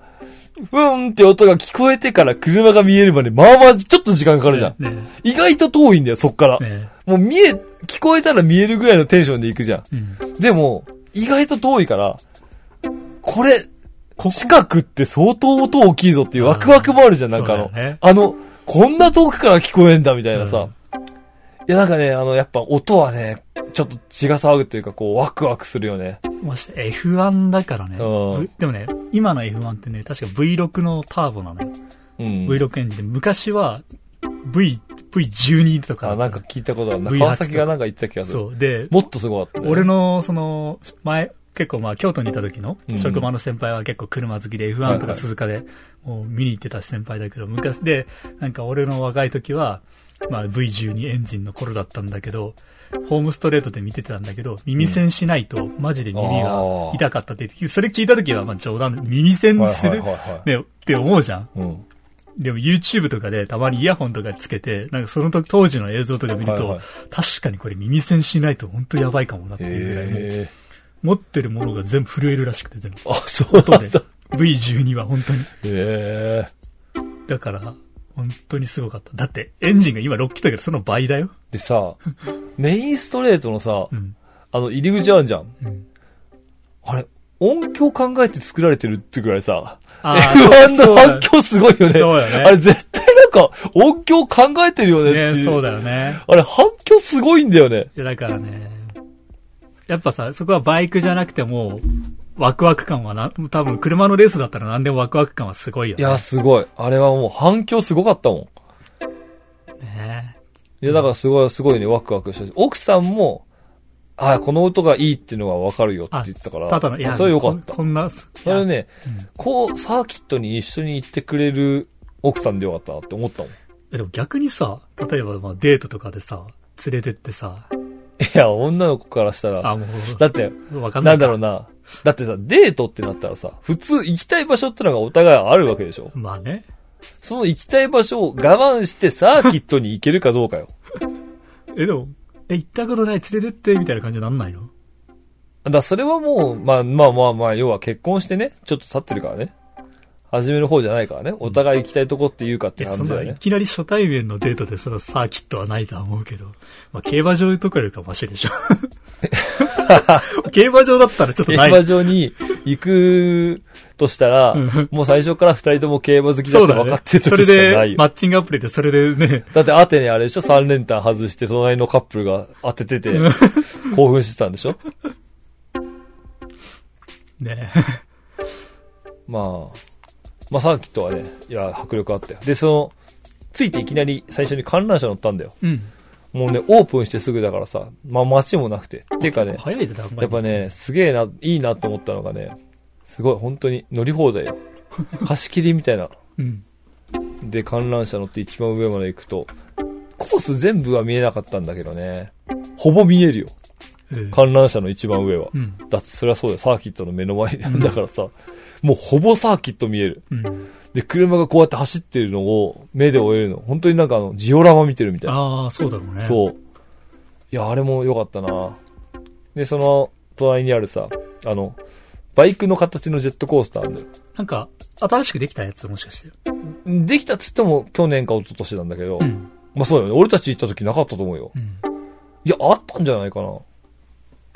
ふーんって音が聞こえてから車が見えるまで、まあまあ、ちょっと時間かかるじゃん。
ね
意外と遠いんだよ、そっから。
ね
もう見え、聞こえたら見えるぐらいのテンションで行くじゃん。
うん。
でも、意外と遠いから、これ、近くって相当音大きいぞっていうワクワクもあるじゃん、なんかあ
そ
の
う、だよね
あの、こんな遠くから聞こえんだみたいなさ。
うん
いや、なんかね、あの、やっぱ音はね、ちょっと血が騒ぐというか、こう、ワクワクするよね。
まして F1 だからね。
うん
V- でもね、今の F1 ってね、確か V6 のターボなのよ。
うん。
V6 エンジンで、昔は V、V12 とかだ
あ、
ったの。
なんか聞いたことあるな。
V8
川崎がなんか言ってた気がする。
そう。で、
もっとすごかった、ね。
俺、の、その、前、結構まあ、京都にいた時の
うん、
職場の先輩は結構車好きで、
はい
F1 とか鈴鹿で、もう見に行ってた先輩だけど、昔で、なんか俺の若い時は、まあ、V12 エンジンの頃だったんだけど、ホームストレートで見てたんだけど、耳栓しないと、マジで耳が痛かったって言って、それ聞いた時は、まあ冗談で、耳栓す
はい
る
はいはい、はい。
ね、って思うじゃん。
うん。
でも YouTube とかでたまにイヤホンとかつけて、なんかその時当時の映像とか見ると、
はいはい
確かにこれ耳栓しないと本当やばいかもなっていうぐらい、もう
へえ。
持ってるものが全部震えるらしくて、全部。
あ、そう
音
なん
で
だ。。
V12 は本当に。
へえ。
だから、本当にすごかった。だって、エンジンが今6機だけど、その倍だよ。
でさ、 メインストレートのさ
う、ん。
あの、入り口あるじゃん。
うん。
あれ、音響考えて作られてるってぐらいさ、
あ
F1 の反響すごいよね。
そうだよね
あれ絶対なんか音響考えてるよねって
ね、
いう。
そうだよね。
あれ反響すごいんだよね。
いやだからね、やっぱさ、そこはバイクじゃなくても、ワクワク感はな、多分車のレースだったら何でもワクワク感はすごいよ
い
ね。
や、すごい。あれはもう反響すごかったもん。
ね
いや、だからすごい、すごいね、ワクワクしたし。奥さんも、ああ、この音がいいっていうのがわかるよって言ってたから。
ただの、いや、
それよかった
こん。こんな、
それね、
うん
こう、サーキットに一緒に行ってくれる奥さんでよかったなって思ったもん。い
えでも逆にさ、例えばまあデートとかでさ、連れてってさ、
や、女の子からしたら、
あ、も
だって、
う、わかんな
ないんだ
か。
ろうな。だってさ、デートってなったらさ、普通行きたい場所ってのがお互いあるわけでしょ
まあね。
その行きたい場所を我慢してサーキットに行けるかどうかよ。
え、でも、え、行ったことない、連れてって、みたいな感じになんないの
だからそれはもう、まあまあまあまあ、要は結婚してね、ちょっと経ってるからね。初めの方じゃないからね。お互い行きたいとこって言うかって
いや、
感
そ
じ
ん
だよ
な、い
ね。
きなり初対面のデートでそのサーキットはないとは思うけど、まあ競馬場とかよりかはマシで しょ。競馬場だったらちょっと
競
ない。
馬場に行くとしたら
ん、
もう最初から二人とも競馬好きだ
そ
っ
う
て
だ
分か
ね
っ。てる
そ
時
れ
しかない
で、
よ。
マッチングアプリでそれでね、
だってアテネあれでしょ三連単外して、隣のカップルが当ててて、興奮してたんでしょ
ね。
まあ、まあサーキットはね、いや、迫力あったよ。で、その、ついていきなり最初に観覧車乗ったんだよ。
うん。
もうね、オープンしてすぐだからさ、まあ街もなくて。ていうかね、
早いで、だんま
やっぱね、すげえな、いいなと思ったのがね、すごい、本当に乗り放題よ。貸し切りみたいな。
うん。
で観覧車乗って一番上まで行くと、コース全部は見えなかったんだけどね。ほぼ見えるよ。
ええ
観覧車の一番上は。
うん。
だってそれはそうだよ。サーキットの目の前なんだからさ、もうほぼサーキット見える。
うん。
で、車がこうやって走ってるのを目で追えるの。本当になんかあの、ジオラマ見てるみたいな。
ああ、そうだろうね。う。
そう。いや、あれも良かったなで、その隣にあるさ、あの、バイクの形のジェットコースターあるんだよ。
なんか、新しくできたやつもしかして。
できたっつっても去年か一昨年なんだけど、
うん。
まあそうだよね。俺たち行った時なかったと思うよ。
うん。
いや、あったんじゃないかな。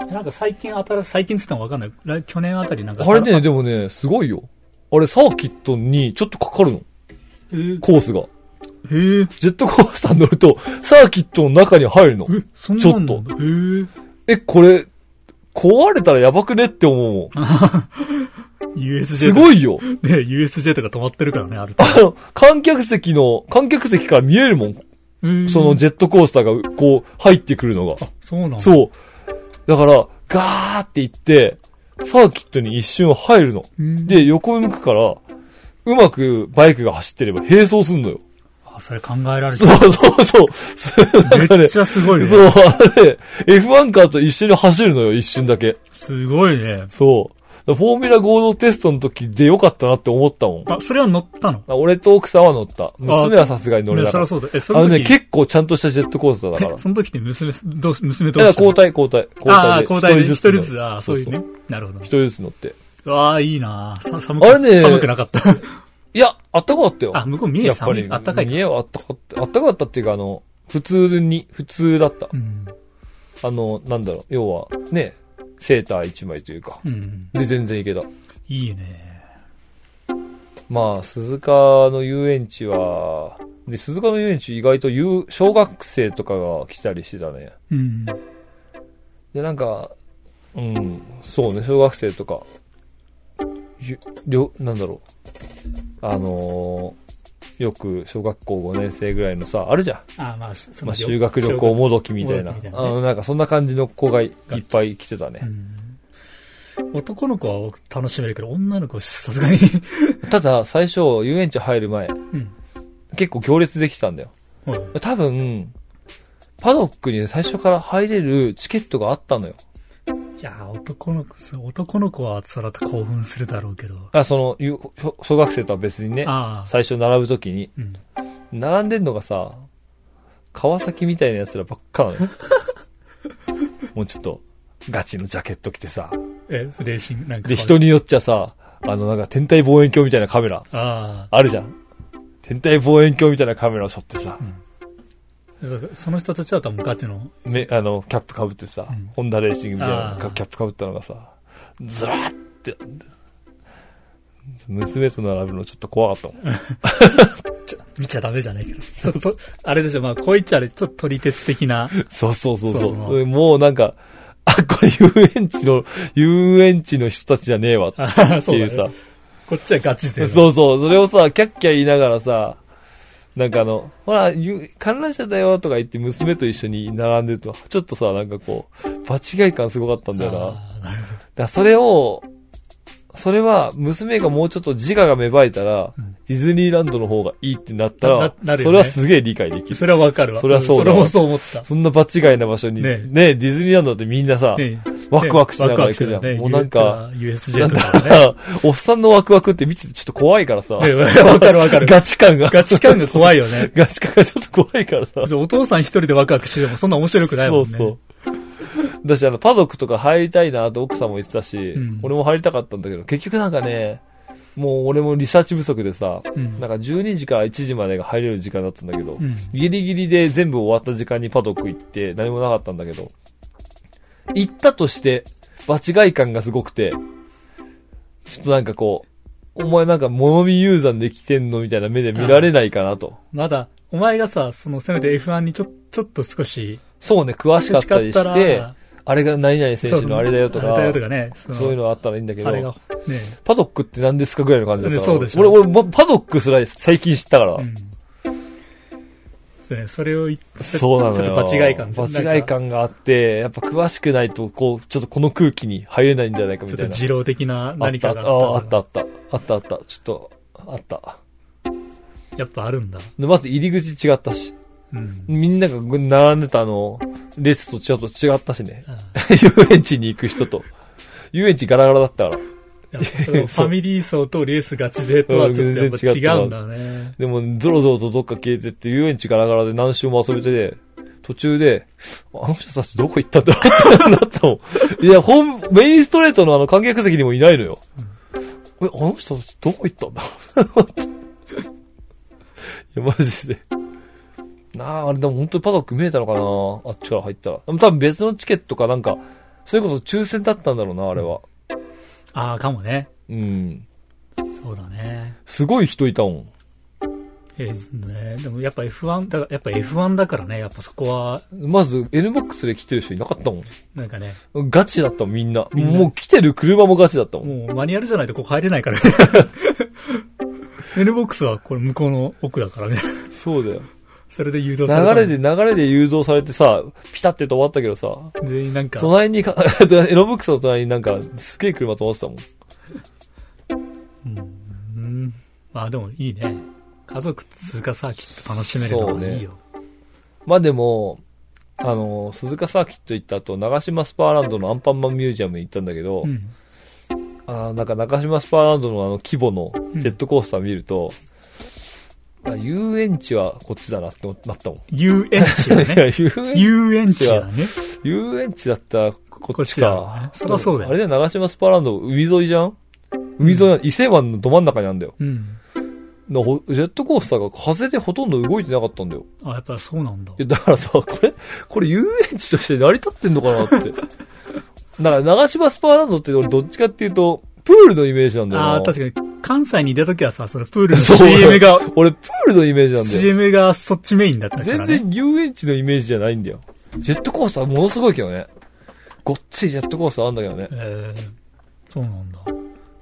なんか最近新しい、最近つったのわかんない来。去年あたりなんか。
あれね、でもね、すごいよ。あれ、サーキットにちょっとかかるの。
へえ。
コースが。
へえ。
ジェットコースターに乗ると、サーキットの中に入るの。
え、そんなん
ちょっ
と。へえ。
え、これ、壊れたらやばくねって思うもん。
USJ
す
い
ごいよ。
ね、USJ とか止まってるからね、あると。
あの、観客席の、観客席から見えるもん。そのジェットコースターが、こう、入ってくるのが。
そうなのう。
そう。だから、ガーって行って、サーキットに一瞬入るの。
うん、
で、横向くから、うまくバイクが走ってれば並走すんの よ。
あ、それ考えられて
そうそうそう。そうなんか
る。め
ね
っちゃすごいね。
そう、あれ、F1 カーと一緒に走るのよ、一瞬だけ。
すごいね。
そう。だからフォーミュラ合同テストの時でよかったなって思ったもん。
あ、それは乗ったの
あ俺と奥さんは乗った。娘はさすがに乗れな
ね
か
そり
っ
ゃそうだ。え、そ
た。あ
の
の
時
ね、結構ちゃんとしたジェットコースターだか
え
ら。
その時って娘、どうし娘
だか
ど
ら
うしたの
交代交代。交
ああ、
代で。
交代で一人ず
乗
つ。
る
ああ、そういうね。なるほど。
一人ずつ乗って。
わあ、いいなさ寒
あれ
く、
ね
寒くな かった。
いや、あったかかったよ。
あ、向こう三重
やっぱ
寒い
り。。
あったかいか
家はあったかった。あったかかったっていうか、あの、普通に、普通だった
う。ん。
あの、なんだろう、要は、ね、セーター一枚というか。
うん。
で、全然いけた。
いいね。
まあ、鈴鹿の遊園地は、で、鈴鹿の遊園地意外と遊小学生とかが来たりしてたね。
うん。
で、なんか、うん、そうね、小学生とか、ゆりょなんだろう、あのーよく小学校5年生ぐらいのさ、あるじゃん。
あまあ、そ
ま
の
あ、修学旅行もどきみたいな。
修学旅行みたいな
あ
ね
のなんかそんな感じの子がいいっぱい来てた
う
ね。
ん男の子は楽しめるけど、女の子はさすがに。
ただ、最初、遊園地入る前、
うん。
結構行列できたんだよ。
はい
多分、パドックにね最初から入れるチケットがあったのよ。
いやー、男の子、そう男の子はそら興奮するだろうけど。
あ、その、ゆ小学生とは別にね、
ああ。
最初並ぶときに、
うん。
並んでんのがさ、川崎みたいな奴らばっかな のよ。もうちょっと、ガチのジャケット着てさ。
え、レーシング、なんか。
で、人。によっちゃさ、あの、なんか天体望遠鏡みたいなカメラ、
あ
あるじゃん。天体望遠鏡みたいなカメラを背負ってさ、
あ。そその人たちは多分ガチの。
めあの、キャップかぶってさ、
うん
ホンダレーシングみたい
あ
な
ー
キャップかぶったのがさ、ずらーって、娘と並ぶのちょっと怖かったもん。
ちょ見ちゃダメじゃないけど。ちょっと、あれでしょ、まあ、こう言っちゃあれ、ちょっと取り鉄 的な。
そうそうそう
そ
そうう。
そうそう
もうなんか、あ、これ遊園地の、遊園地の人たちじゃねえわっ
ああ、
て
そう
い
だ
うさ
ね。。こっちはガチで。う。
そうそう、それをさ、キャッキャ言いながらさ、なんかあの、ほら、ゆ観覧車だよとか言って娘と一緒に並んでると、ちょっとさ、なんかこう、場違い感すごかったんだよな。だか
ああ、なるほ
らそれを、それは娘がもうちょっと自我が芽生えたら、
うん
ディズニーランドの方がいいってなった
な
ら、
なる
そ
よね
れはすげえ理解でき
ど。
る。
それはわかるわ。
それはそ
ん
う
そ
だ
れも
わ
そう思った。
そんな場違いな場所に、
ね
ねディズニーランドだってみんなさ、
ね
ワクワクしながら行くじゃん。
ね
もうなんか、、
USJ
なん
と
だ
か
ろう
ね。
な、おっさんのワクワクって見ててちょっと怖いからさ、
ねわかるわかる。
ガチ感が。
ガチ感が怖いよ ね。
ガチ感がちょっと怖いからさ。
お父さん一人でワクワクしててもそんな面白くないもんね。
そうそう。だし、あの、パドックとか入りたいなと奥さんも言ってたし、
ん
俺も入りたかったんだけど、結局なんかね、もう俺もリサーチ不足でさ、
うん
なんか12時から1時までが入れる時間だったんだけど、
うん
ギリギリで全部終わった時間にパドック行って何もなかったんだけど、行ったとして、場違い感がすごくて、ちょっとなんかこう、お前なんか物見ユーザーできてんのみたいな目で見られないかなと。
まだ、お前がさ、その、せめて F1 にちょ、ちょっと少し、
そうね、詳しかったり
欲
して、あれが何々選手のあれだよと
あ
か、
れだよとかね。そ
そういうのあったらいいんだけ
あれが
ど、、
ね。
パドックって何ですかぐらいの感じだったから
そうでしょ
俺、俺、もパドックすら最近知ったから。
うん。そうね、それを言って、
そうなのよ。
ちょっと場違い感。
場違い感があって、やっぱ詳しくないと、こう、ちょっとこの空気に入れないんじゃないかみ
ちょったと
いな。
二郎的な
あっ
何
た
か
あ
が
った、ああったあ
あ
った。あったあった。ちょっと、あった。
やっぱあるんだ。
で、まず入り口違ったし。
うん。
みんなが並んでたあの、列とちょっと違ったしね。
あ
遊園地に行く人と。遊園地ガラガラだったから。
やっぱそのファミリー層とレースガチ勢とはちょっとやっぱ違うんだね。
でも、ゾロゾロとどっか消えてって、遊園地ガラガラで何周も遊べてて、途中で、あの人たちどこ行ったんだろうってなったもん。いや、ほん、メインストレートのあの観客席にもいないのよ。え、あの人たちどこ行ったんだろういや、マジで。なあ、あれでも本当にパドック見えたのかなあっちから入ったら。でも多分別のチケットかなんか、それこそ抽選だったんだろうな、あれは。
ああ、かもね。
うん。
そうだね。
すごい人いたもん。
えーね、でもやっぱ F1 だから、やっぱ F1 だからね、やっぱそこは、
まず、NMAX で来てる人いなかったもん。
なんかね、
ガチだったもん、みんな。
みんな
もう来てる車もガチだったもん。
もうマニュアルじゃないとここ入れないからね。N-BOX はこれ向こうの奥だからね。
そうだよ。
それで誘導された
流れ
の
で、流れで誘導されてさ、ピタって止まったけどさ、
全員なんか、
隣にか、 エロブックスの隣になんか、すげえ車止まってたもん。
うん。まあでもいいね。家族通過サーキット楽しめるのはいいよ。
まあでも、あの、鈴鹿サーキット行った後、長島スパーランドのアンパンマンミュージアムに行ったんだけど、
うん。
あーなんか中島スパーランドのあの規模のジェットコースター見ると、あ遊園地はこっちだなって思なったもん。
遊園地 は
いや
ね。
遊園地
遊園地はね。
遊園地だったらこっち
こっちだね
か。
そりゃそうだよ
あれだよ、長島スパーランド、海沿いじゃん海沿いな、伊勢湾のど真ん中にあるんだよ。
うん。
なほジェットコースターが風でほとんど動いてなかったんだよ。
あ、やっぱそうなんだ
い。やだからさ、これ、これ遊園地として成り立ってんのかなって。だ から、長島スパーランドって俺どっちかっていうと、プールのイメージなんだよな。
ああ、確かに、関西に出た時はさ、そのプールの
そう
CM が、
俺、プールのイメージなんだよ。
CM がそっちメインだったから
全
ね。
然遊園地のイメージじゃないんだよ。ジェットコースターものすごいけどね。ごっついジェットコースターあんだけどね。
えー、そうなんだ。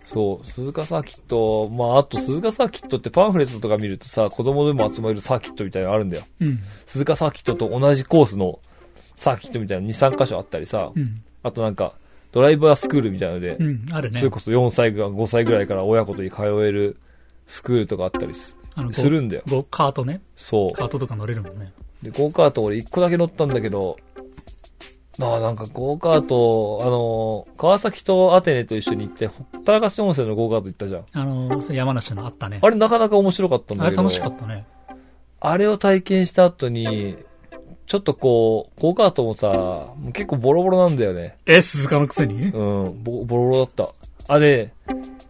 そう、鈴鹿サーキット、まあ、あと鈴鹿サーキットってパンフレットとか見るとさ、子供でも集まれるサーキットみたいなのあるんだよ。
うん。
鈴鹿サーキットと同じコースのサーキットみたいな2、3箇所あったりさ
う、ん。
あとなんか、ドライバースクールみたいなので
う、ん。あるね
それ。こそ4歳か5歳ぐらいから親子と通えるスクールとかあったりす
あのこう
するんだよ。
こうカートね。
そ
カートとか乗れるもんね。
う。で、ゴーカート俺1個だけ乗ったんだけど、ああ、なんかゴーカート、あのー川崎とアテネと一緒に行って、ほったらかし温泉のゴーカート行ったじゃん。
あの、それ山梨のあったね。
あれなかなか面白かったんだ
あ
け
れ
ど。
楽しかったね。
あれを体験した後に、ちょっとこう、ゴーカートもさ、もう結構ボロボロなんだよね。
え、鈴鹿のくせに
うん、ボボロボロだった。あれ、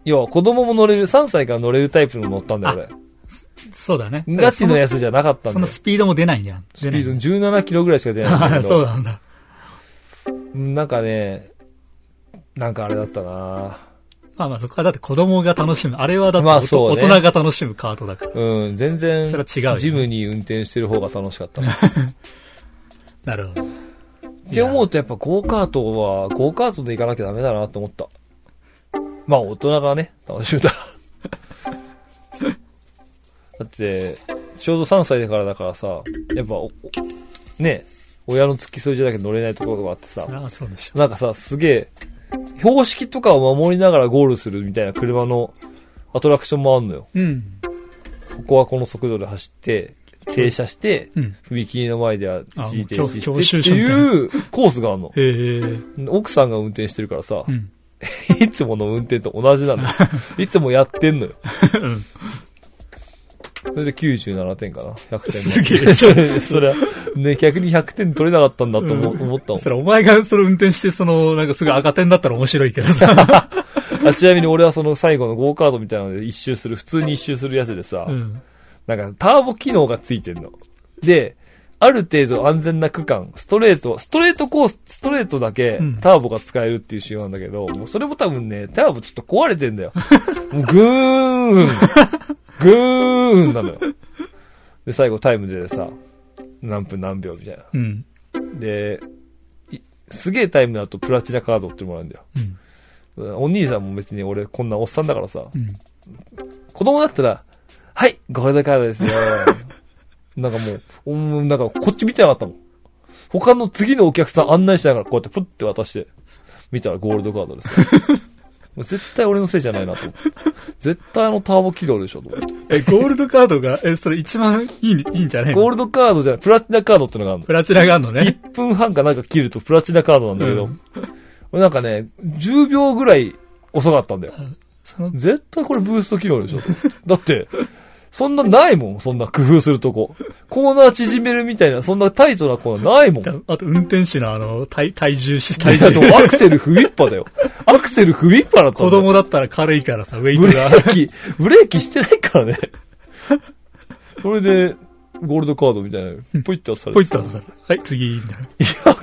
要は子供も乗れる、3歳から乗れるタイプの乗ったんだよ、
そうだね。
俺。ガチのや
つ。
つじゃなかったん
そ
だよ。
のスピードも出ないじゃん。
ス
出
ピ
ない
ード17キロぐらいしか出ないんだけど。
そうなんだ。
うんなんかね、なんかあれだったな
まあまあそこはだって子供が楽しむ。あれはだってお
ま
と、
あそうね
大人が楽しむカートだから。
うん、全然、
それは違うよね
ジムに運転してる方が楽しかったな。
なるほど。
って思うとやっぱゴーカートは、ゴーカートで行かなきゃダメだなと思った。まあ大人がね、楽しむだ。 だって、ちょうど3歳だからだからさ、やっぱお、おね、親の付き添いじゃなきゃ乗れないところがあってさ、
ああ、そうでしょ。
なんかさ、すげえ、標識とかを守りながらゴールするみたいな車のアトラクションもあんのよ。
うん。
ここはこの速度で走って、停車して、
うん。
踏切の前では一時停止
あもう教
し
教
てって
習所みたいな
いうコースがあるの。
へえ。
奥さんが運転してるからさ
う、ん。
いつもの運転と同じなんだ よ。いつもやってんのよ。
うん
それで97点かな ?100 点。
すげえ
それ。 それは、ね、逆に100点取れなかったんだと思,、思ったも
それお前がそれ運転して、その、なんかすぐ赤点だったら面白いけどさ。
ん。あちなみに俺はその最後のゴーカードみたいなので一周する、普通に一周するやつでさ、
うん。
なんかターボ機能がついてんの。で、ある程度安全な区間、ストレート、ストレートコース、ストレートだけ
うん
ターボが使えるっていう仕様なんだけど、もうそれも多分ね、ターボちょっと壊れてんだよ。 もうぐーん、ぐーんなのよ。で、最後タイムでさ、何分何秒みたいな。
うん。
で、いすげえタイムだとプラチナカードってもらうんだよ。
うん。
お兄さんも別に俺こんなおっさんだからさ、
うん。
子供だったら、はい、これでカード ですよ。なんかもうおん、なんかこっち見てなかったもん。他 の次のお客さん案内しながらこうやってプッて渡して、見たらゴールドカードです。もう絶対俺のせいじゃないなと思って。絶対あのターボ起動でしょと思って。
え、ゴールドカードが、え、それ一番いい、いいんじゃない
ゴー
の
ルドカードじゃない、プラチナカードってのがあるの。
プラチナがあるのね。
1分半かなんか切るとプラチナカードなんだけど、
うん
俺なんかね、10秒ぐらい遅かったんだよ。
その
絶対これブースト機能でしょ。 だって、そんなないもん、そんな工夫するとこ。コーナー縮めるみたいな、そんなタイトなコーナーないもん。
だ あと、運転手のあの、体、体重し、体
あ
重。
とアクセル不立派だよ。アクセル不立派だったん
子
だよ。
供だったら軽いからさ、ウェイ
ブ
ト
レ
が。
ーキ、ブレーキしてないからね。それで、ゴールドカードみたいな、ポイッとされ
ポイ
て
ッとさ、はい、次、みたいな。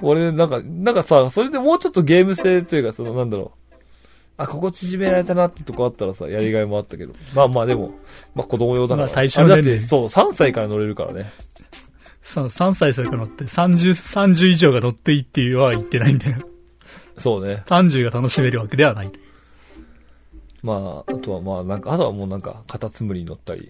これ、なんか、なんかさ、それでもうちょっとゲーム性というか、その、なんだろう。あ、ここ縮められたなってとこあったらさ、やりがいもあったけど。まあまあでも、まあ子供用だから。
まあ対象年
あれだ
齢
って、そう、3歳から乗れるからね。
その3歳それから乗って、30、30以上が乗っていいっていうのは言ってないんだよ。
そうね。
30が楽しめるわけではない。
まあ、あとはまあ、なんか、あとはもうなんか、カタツムリに乗った り。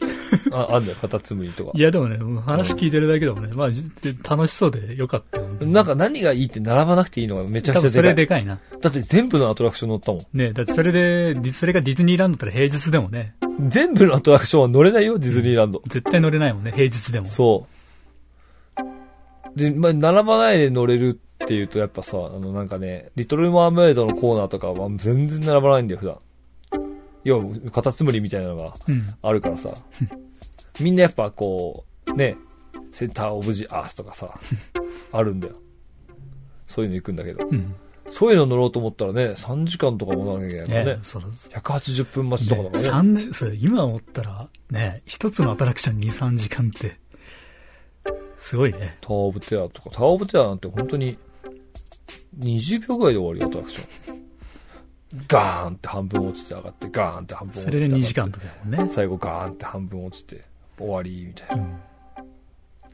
あ、あんだよ、カタツムリとか
い。や、でもね、もう話聞いてるだけでもね、まあ、じ楽しそうでよかったよ。
なんか何がいいって並ばなくていいのがめちゃ
多
く
分
ち
そ
ゃでか
れ
い。
でかいな。
だって全部のアトラクション乗ったもん。
ねだってそれで、ディそれがディズニーランドだったら平日でもね、
全部のアトラクションは乗れないよ、ディズニーランド。
絶対乗れないもんね、平日でも。
そう。で、まあ、並ばないで乗れるっていうと、やっぱさ、あの、なんかね、リトル・マーメイドのコーナーとかは全然並ばないんだよ、普段。要は、カタツムリみたいなのが
うん。
あるからさ。みんなやっぱこう、ね、センター・オブ・ジ・アースとかさ、あるんだよ。そういうの行くんだけど。
うん。
そういうの乗ろうと思ったらね、3時間とかもならなきゃいけないから
ね
ね。
そう
180分待ちとかだからね。
三十それ今思ったら、ね一つのアトラクション2、3時間って、すごいね。
タワーオブテラーとか、タワーオブテラーなんて本当に、20秒ぐらいで終わるよ、アトラクション。ガーンって半分落ちて上がって、ガーンって半分落ち
そ
て
れで
上が
2
って
時間とかだもんね。
最後ガーンって半分落ちて、終わり、みたいな。
うん。
も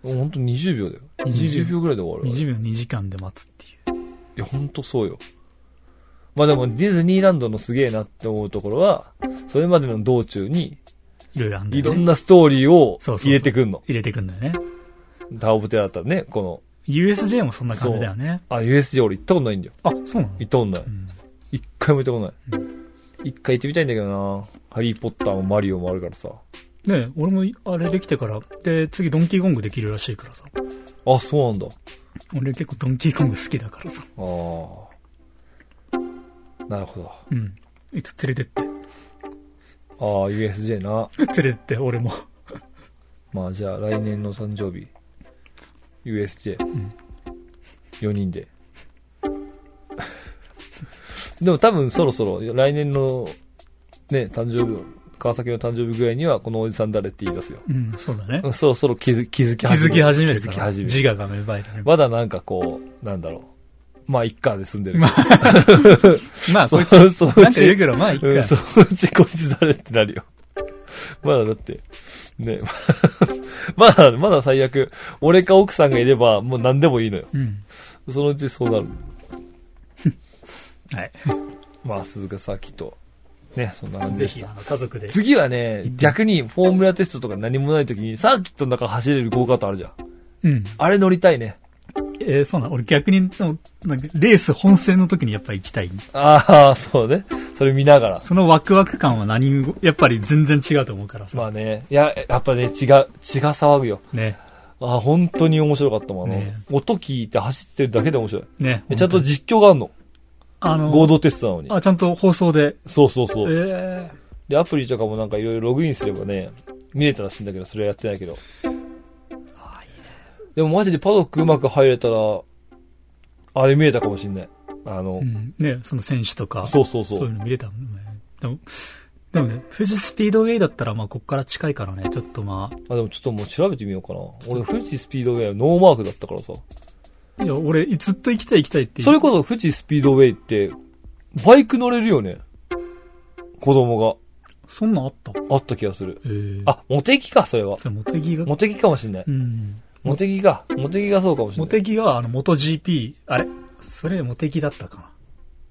う本当20秒だよ。
20
20秒ぐらいで終わるわ。い
20秒2時間で待つっていう。
や、本当そうよ。まあでも、ディズニーランドのすげえなって思うところは、それまでの道中に、
いろいろあんだ
い
よね。
ろんなストーリーを
そうそうそう
入れてくんの。
入れてくんだよね。
タワーオブテラーだったらね、この、
USJ もそんな感じだよね。
あ、USJ 俺行ったことないんだよ。
あ、そうなの
行ったことない。
うん。
一回も行ったことない。一、回行ってみたいんだけどなハリーポッターもマリオもあるからさ。
ねえ俺もあれできてから、で、次ドンキーコングできるらしいからさ。
あ、そうなんだ。
俺結構ドンキーコング好きだからさ。
ああ。なるほ
うん。いつ連れてって。
ど。ああ、USJ な。
連れてって、俺も。
まあじゃあ来年の誕生日、USJ、
ん
4人で。 でも多分そろそろ来年のね、誕生日、川崎の誕生日ぐらいにはこのおじさん誰って言い出すよ。
うん、そうだね
う。んそろそろ気づ気づき
気づき始める
気
か
づき
ら。
始める。
自我が芽生える。
まだなんかこう、なんだろう。まあ、一家で住んでる。
ままあ、こいつ、
その
な
うん
か言う
ち、
けど、まあ、いっか。
うんそのうちこいつ誰ってなるよ。まだだって、ね、 まだ、まだ最悪、俺か奥さんがいれば、もう何でもいいのよ。
うん。
そのうちそうなる。
はい。
まあ、鈴鹿サーキット。ね、そんな感じ
ぜ
でし
ひ、
た
あの、家族で。
次はね、逆にフォームラテストとか何もない時に、サーキットの中走れるゴーカートあるじゃん。
うん。
あれ乗りたいね。
えー、そうなの。俺逆に、でもなんかレース本戦の時にやっぱ行きたい。
ああ、そうね。それ見ながら。
そのワクワク感は何も、やっぱり全然違うと思うからさ。
まあね、いや、やっぱね、血が、血が騒ぐよ。
ね。
あー本当に面白かったもん。あの、
ね
音聞いて走ってるだけで面白い。
ね。
えちゃんと実況があるの。
あの、
合同テストなのに。
あ、ちゃんと放送で。
そうそうそう。
え
で、アプリとかもなんかいろいろログインすればね、見れたらしいんだけど、それはやってないけど。でもマジでパドックうまく入れたら、あれ見れたかもしんない。あの、
えうん。ね、その選手とか、
そうそうそう。
そういうの見れたもんね。でも、でもね、富士スピードウェイだったら、まあ、こっから近いからね、ちょっとま
あ、でもちょっともう調べてみようかな。俺、富士スピードウェイはノーマークだったからさ。
あ、いや、俺、ずっと行きたい行きたいって。
それこそ富士スピードウェイって、バイク乗れるよね。子供が。
そんなんあった
あった気がする。
ええ
あ、モテギか、それは。
それ、モテギが、
モテギかもしんない。
うん。
モテギか。モテギがそうかもしん
モ
ない。
テギは、あの、モト GP、あれそれ、モテギだったかな。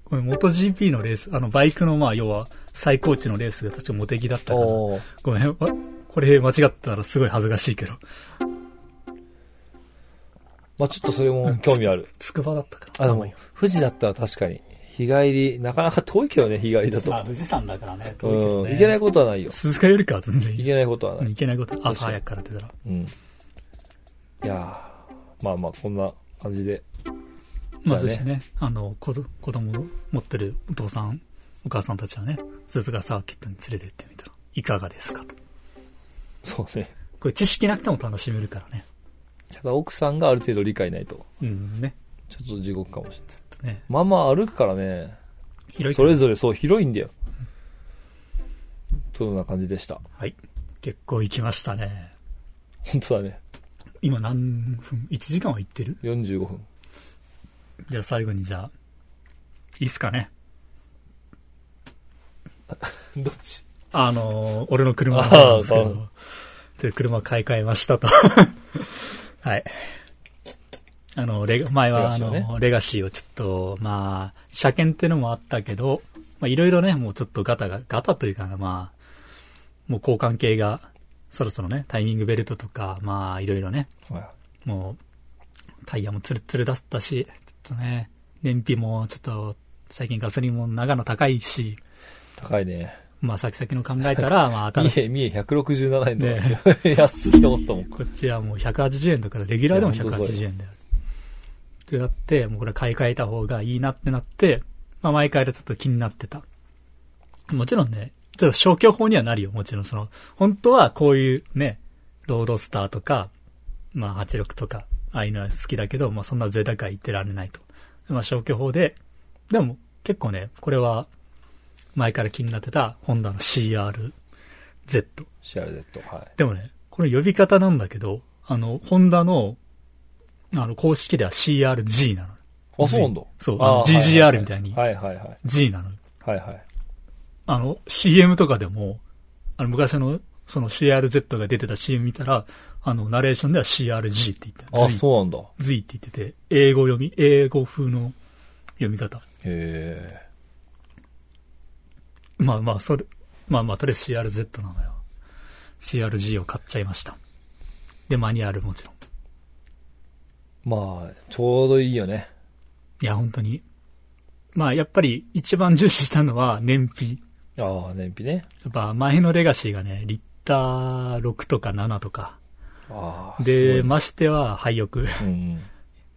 これ、モト GP のレース、あの、バイクの、まあ、要は、最高値のレースが確かモテギだったから。
おー
ごめん、わこれ間違ったらすごい恥ずかしいけど。
まあちょっとそれも興味ある。
つくばだったかな。
あ、でも、富士だったら確かに、日帰り、なかなか遠いけどね、日帰りだと。
まあ、富士山だからね、遠いけど
うん。
ね。
いけないことはないよ。
鈴鹿よりかは全然い
い
い。
けないことはない。
いけないこと、朝早くから出たら。
うん。いやーまあまあ、こんな感じで。
まあ、そしてね、あの、子ど子供を持ってるお父さん、お母さんたちはね、鈴鹿サーキットに連れてってみたら、いかがですかと。
そうですね。
これ知識なくても楽しめるからね。
ただ奥さんがある程度理解ないと、
うん、ね。
ちょっと地獄かもしれない。
ちょっとね、
まあまあ歩くからね、
広いか
そ
ら
れぞれそう、広いんだよ。そんな感じでした。
はい。結構行きましたね。
本当だね。
今何分 ?1 時間は行ってる
45分。
じゃあ最後にじゃあ、いいっすかね。
どっち
あのー俺の車
あー
なんですけ
そう
ど、という車買い替えましたと。 はい。あの、レガ前は、
レガ
あ
シーを
の、
ね
レガシーをちょっと、まあ、車検ってのもあったけど、まあ、いろいろね、もうちょっとガタが、ガタというかな、まあ、もう交換系が、そろそろね、タイミングベルトとか、まあ、いろいろね、
は
もう、タイヤもツルツルだったし、ちょっとね、燃費もちょっと、最近ガソリンも長野高いし、
い。高いね。
まあ、先々の考えたら、まあ、
三
新しい。
重、三重167円とかって。 安いと思ったもん。
こっちはもう180円だから、レギュラーでも
いや本当そう
180円だよ。ってなって、もうこれ買い替えた方がいいなってなって、まあ、毎回ちょっと気になってた。もちろんね、ちょっと消去法にはなるよ。もちろんその、本当はこういうね、ロードスターとか、まあ、86とか、ああいうのは好きだけど、まあ、そんな贅沢は言ってられないと。まあ、消去法で、でも結構ね、これは前から気になってた、ホンダの CRZ。
CRZ。はい。
でもね、この呼び方なんだけど、あの、ホンダの、あの、公式では CRG なの。
あ、そうなんだ。
そうあの
あー
GGR みたいに
はいはいはい。
G なの。
はいはい。
あの、CM とかでも、あの、昔の、その CRZ が出てた CM 見たら、あの、ナレーションでは CRG って言ってた。
あ、
う。
そうなんだ。へ
Z って言ってて、英語読み、英語風の読み方。
え。
まあまあ、それ、まあまあ、とりあえず CRZ なのよ。CRG を買っちゃいました。で、マニュアルもちろん。
まあ、ちょうどいいよね。
いや、本当に。まあ、やっぱり一番重視したのは燃費。
ああ、燃費ね。
やっぱ前のレガシーがね、リッター6とか7とか。
ああ。すご
で、
いね
ましては、廃浴。
うん。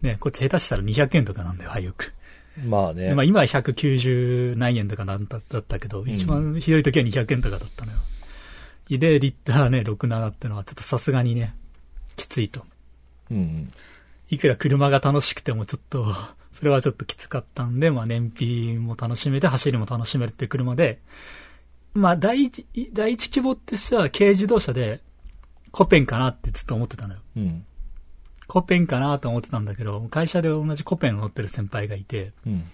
ね、こっち下手したら200円とかなんだよ、廃浴。
まあね。
まあ今は190何円とかなんだだったけど、一番ひどい時は200円とかだったのよ。で、リッターね、6、7ってのはちょっとさすがにね、きついと。
うんうん。
いくら車が楽しくてもちょっと、それはちょっときつかったんで、まあ燃費も楽しめて、走りも楽しめるっていう車で、まあ第一、第一希望ってしては軽自動車で、コペンかなってずっと思ってたのよ。
うん。
コペンかなと思ってたんだけど、会社で同じコペンを乗ってる先輩がいて、
うん。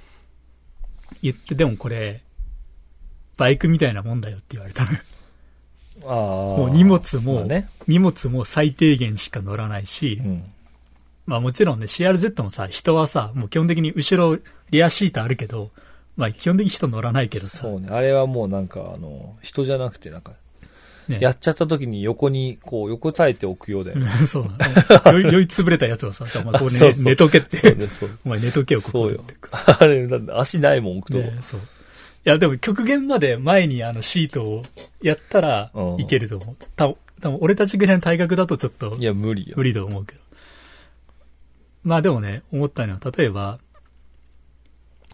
言って、でもこれ、バイクみたいなもんだよって言われたのよ。
ああ。も
もう荷物も、
ね。
荷物も最低限しか乗らないし、
うん。
まあもちろんね、CRZ もさ、人はさ、もう基本的に後ろ、リアシートあるけど、まあ基本的に人乗らないけどさ、
そうね。あれはもうなんか、あの、人じゃなくて、なんか、
ね、
やっちゃった時に横に、こう、横耐えておくようだよね。
うん そうなの、酔い 酔いつぶれたやつはさ、じゃあお前こう
そ
ね
うそう
寝とけっ
そう
て、
ね、そう。
お前寝とけよ、ここ
そう
でっ
よ
て。
あれ、だって足ないもん、置くとこ。
ねそう。いや、でも極限まで前にあのシートをやったら
うん
いけると思う。たぶん、多分俺たちぐらいの体格だとちょっと
いや、無理よ
無。理と思うけど。まあでもね、思ったのは、例えば、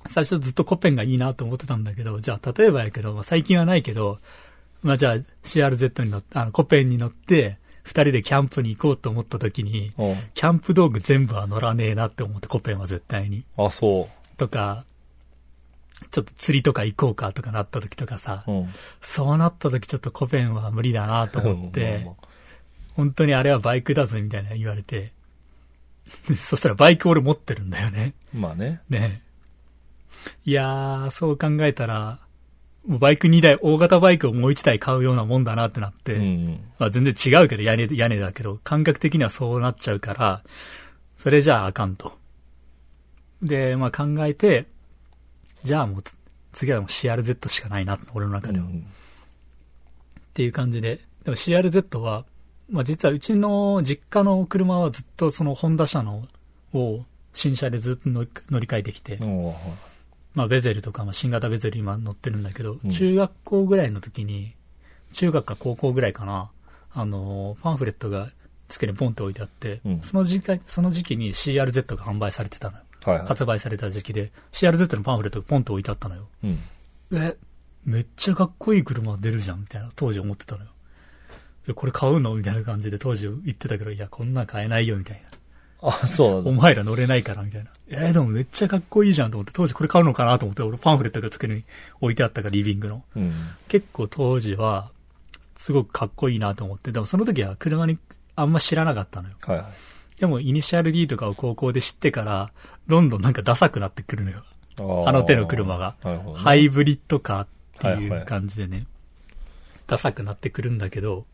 最初ずっとコペンがいいなと思ってたんだけど、じゃあ例えばやけど、まあ最近はないけど、まあじゃあ CRZ に乗って、あのコペンに乗って、二人でキャンプに行こうと思った時に、
うん。
キャンプ道具全部は乗らねえなって思って、コペンは絶対に。
あ、そ
とか、ちょっと釣りとか行こうかとかなった時とかさ、
う。うん。
そうなった時ちょっとコペンは無理だなと思っ
まあ
て
まあ、
本当にあれはバイクだぜみたいな言われて、 そしたらバイク俺持ってるんだよね。
まあね。
ねいやー、そう考えたら、もうバイク2台、大型バイクをもう1台買うようなもんだなってなって、
うんうん。
まあ全然違うけど屋根、屋根だけど、感覚的にはそうなっちゃうから、それじゃああかんと。で、まあ考えて、じゃあもうつ次はもう CRZ しかないな、俺の中では。
うん
っていう感じで。でも CRZ は、まあ、実はうちの実家の車はずっとそのホンダ車のを新車でずっと乗り乗り換えてきて、
うん。うんはい
まあ、ベゼルとか、まあ、新型ベゼル今乗ってるんだけど、
うん
中学校ぐらいの時に、中学か高校ぐらいかな、あのー、パンフレットが机にポンって置いてあって、
うん
その時期、その時期に CRZ が販売されてたのよ。
はいはい。
発売された時期で、CRZ のパンフレットがポンって置いてあったのよ。
うん。
え、めっちゃかっこいい車出るじゃん、みたいな、当時思ってたのよ。え、これ買うのみたいな感じで当時言ってたけど、いや、こんなん買えないよ、みたいな。
あ、そう
お
なんだ。
前ら乗れないから、みたいな。えーでもめっちゃかっこいいじゃんと思って、当時これ買うのかなと思って、俺パンフレットが机に置いてあったから、リビングの。
うん。
結構当時は、すごくかっこいいなと思って、でもその時は車にあんま知らなかったのよ。
はいはい。
でも、イニシャル D とかを高校で知ってから、どんどんなんかダサくなってくるのよ。
あー
あの手の車が。
なるほどね、
ハイブリッドカーってい
はいは
う
い
感じでね、ダサくなってくるんだけど、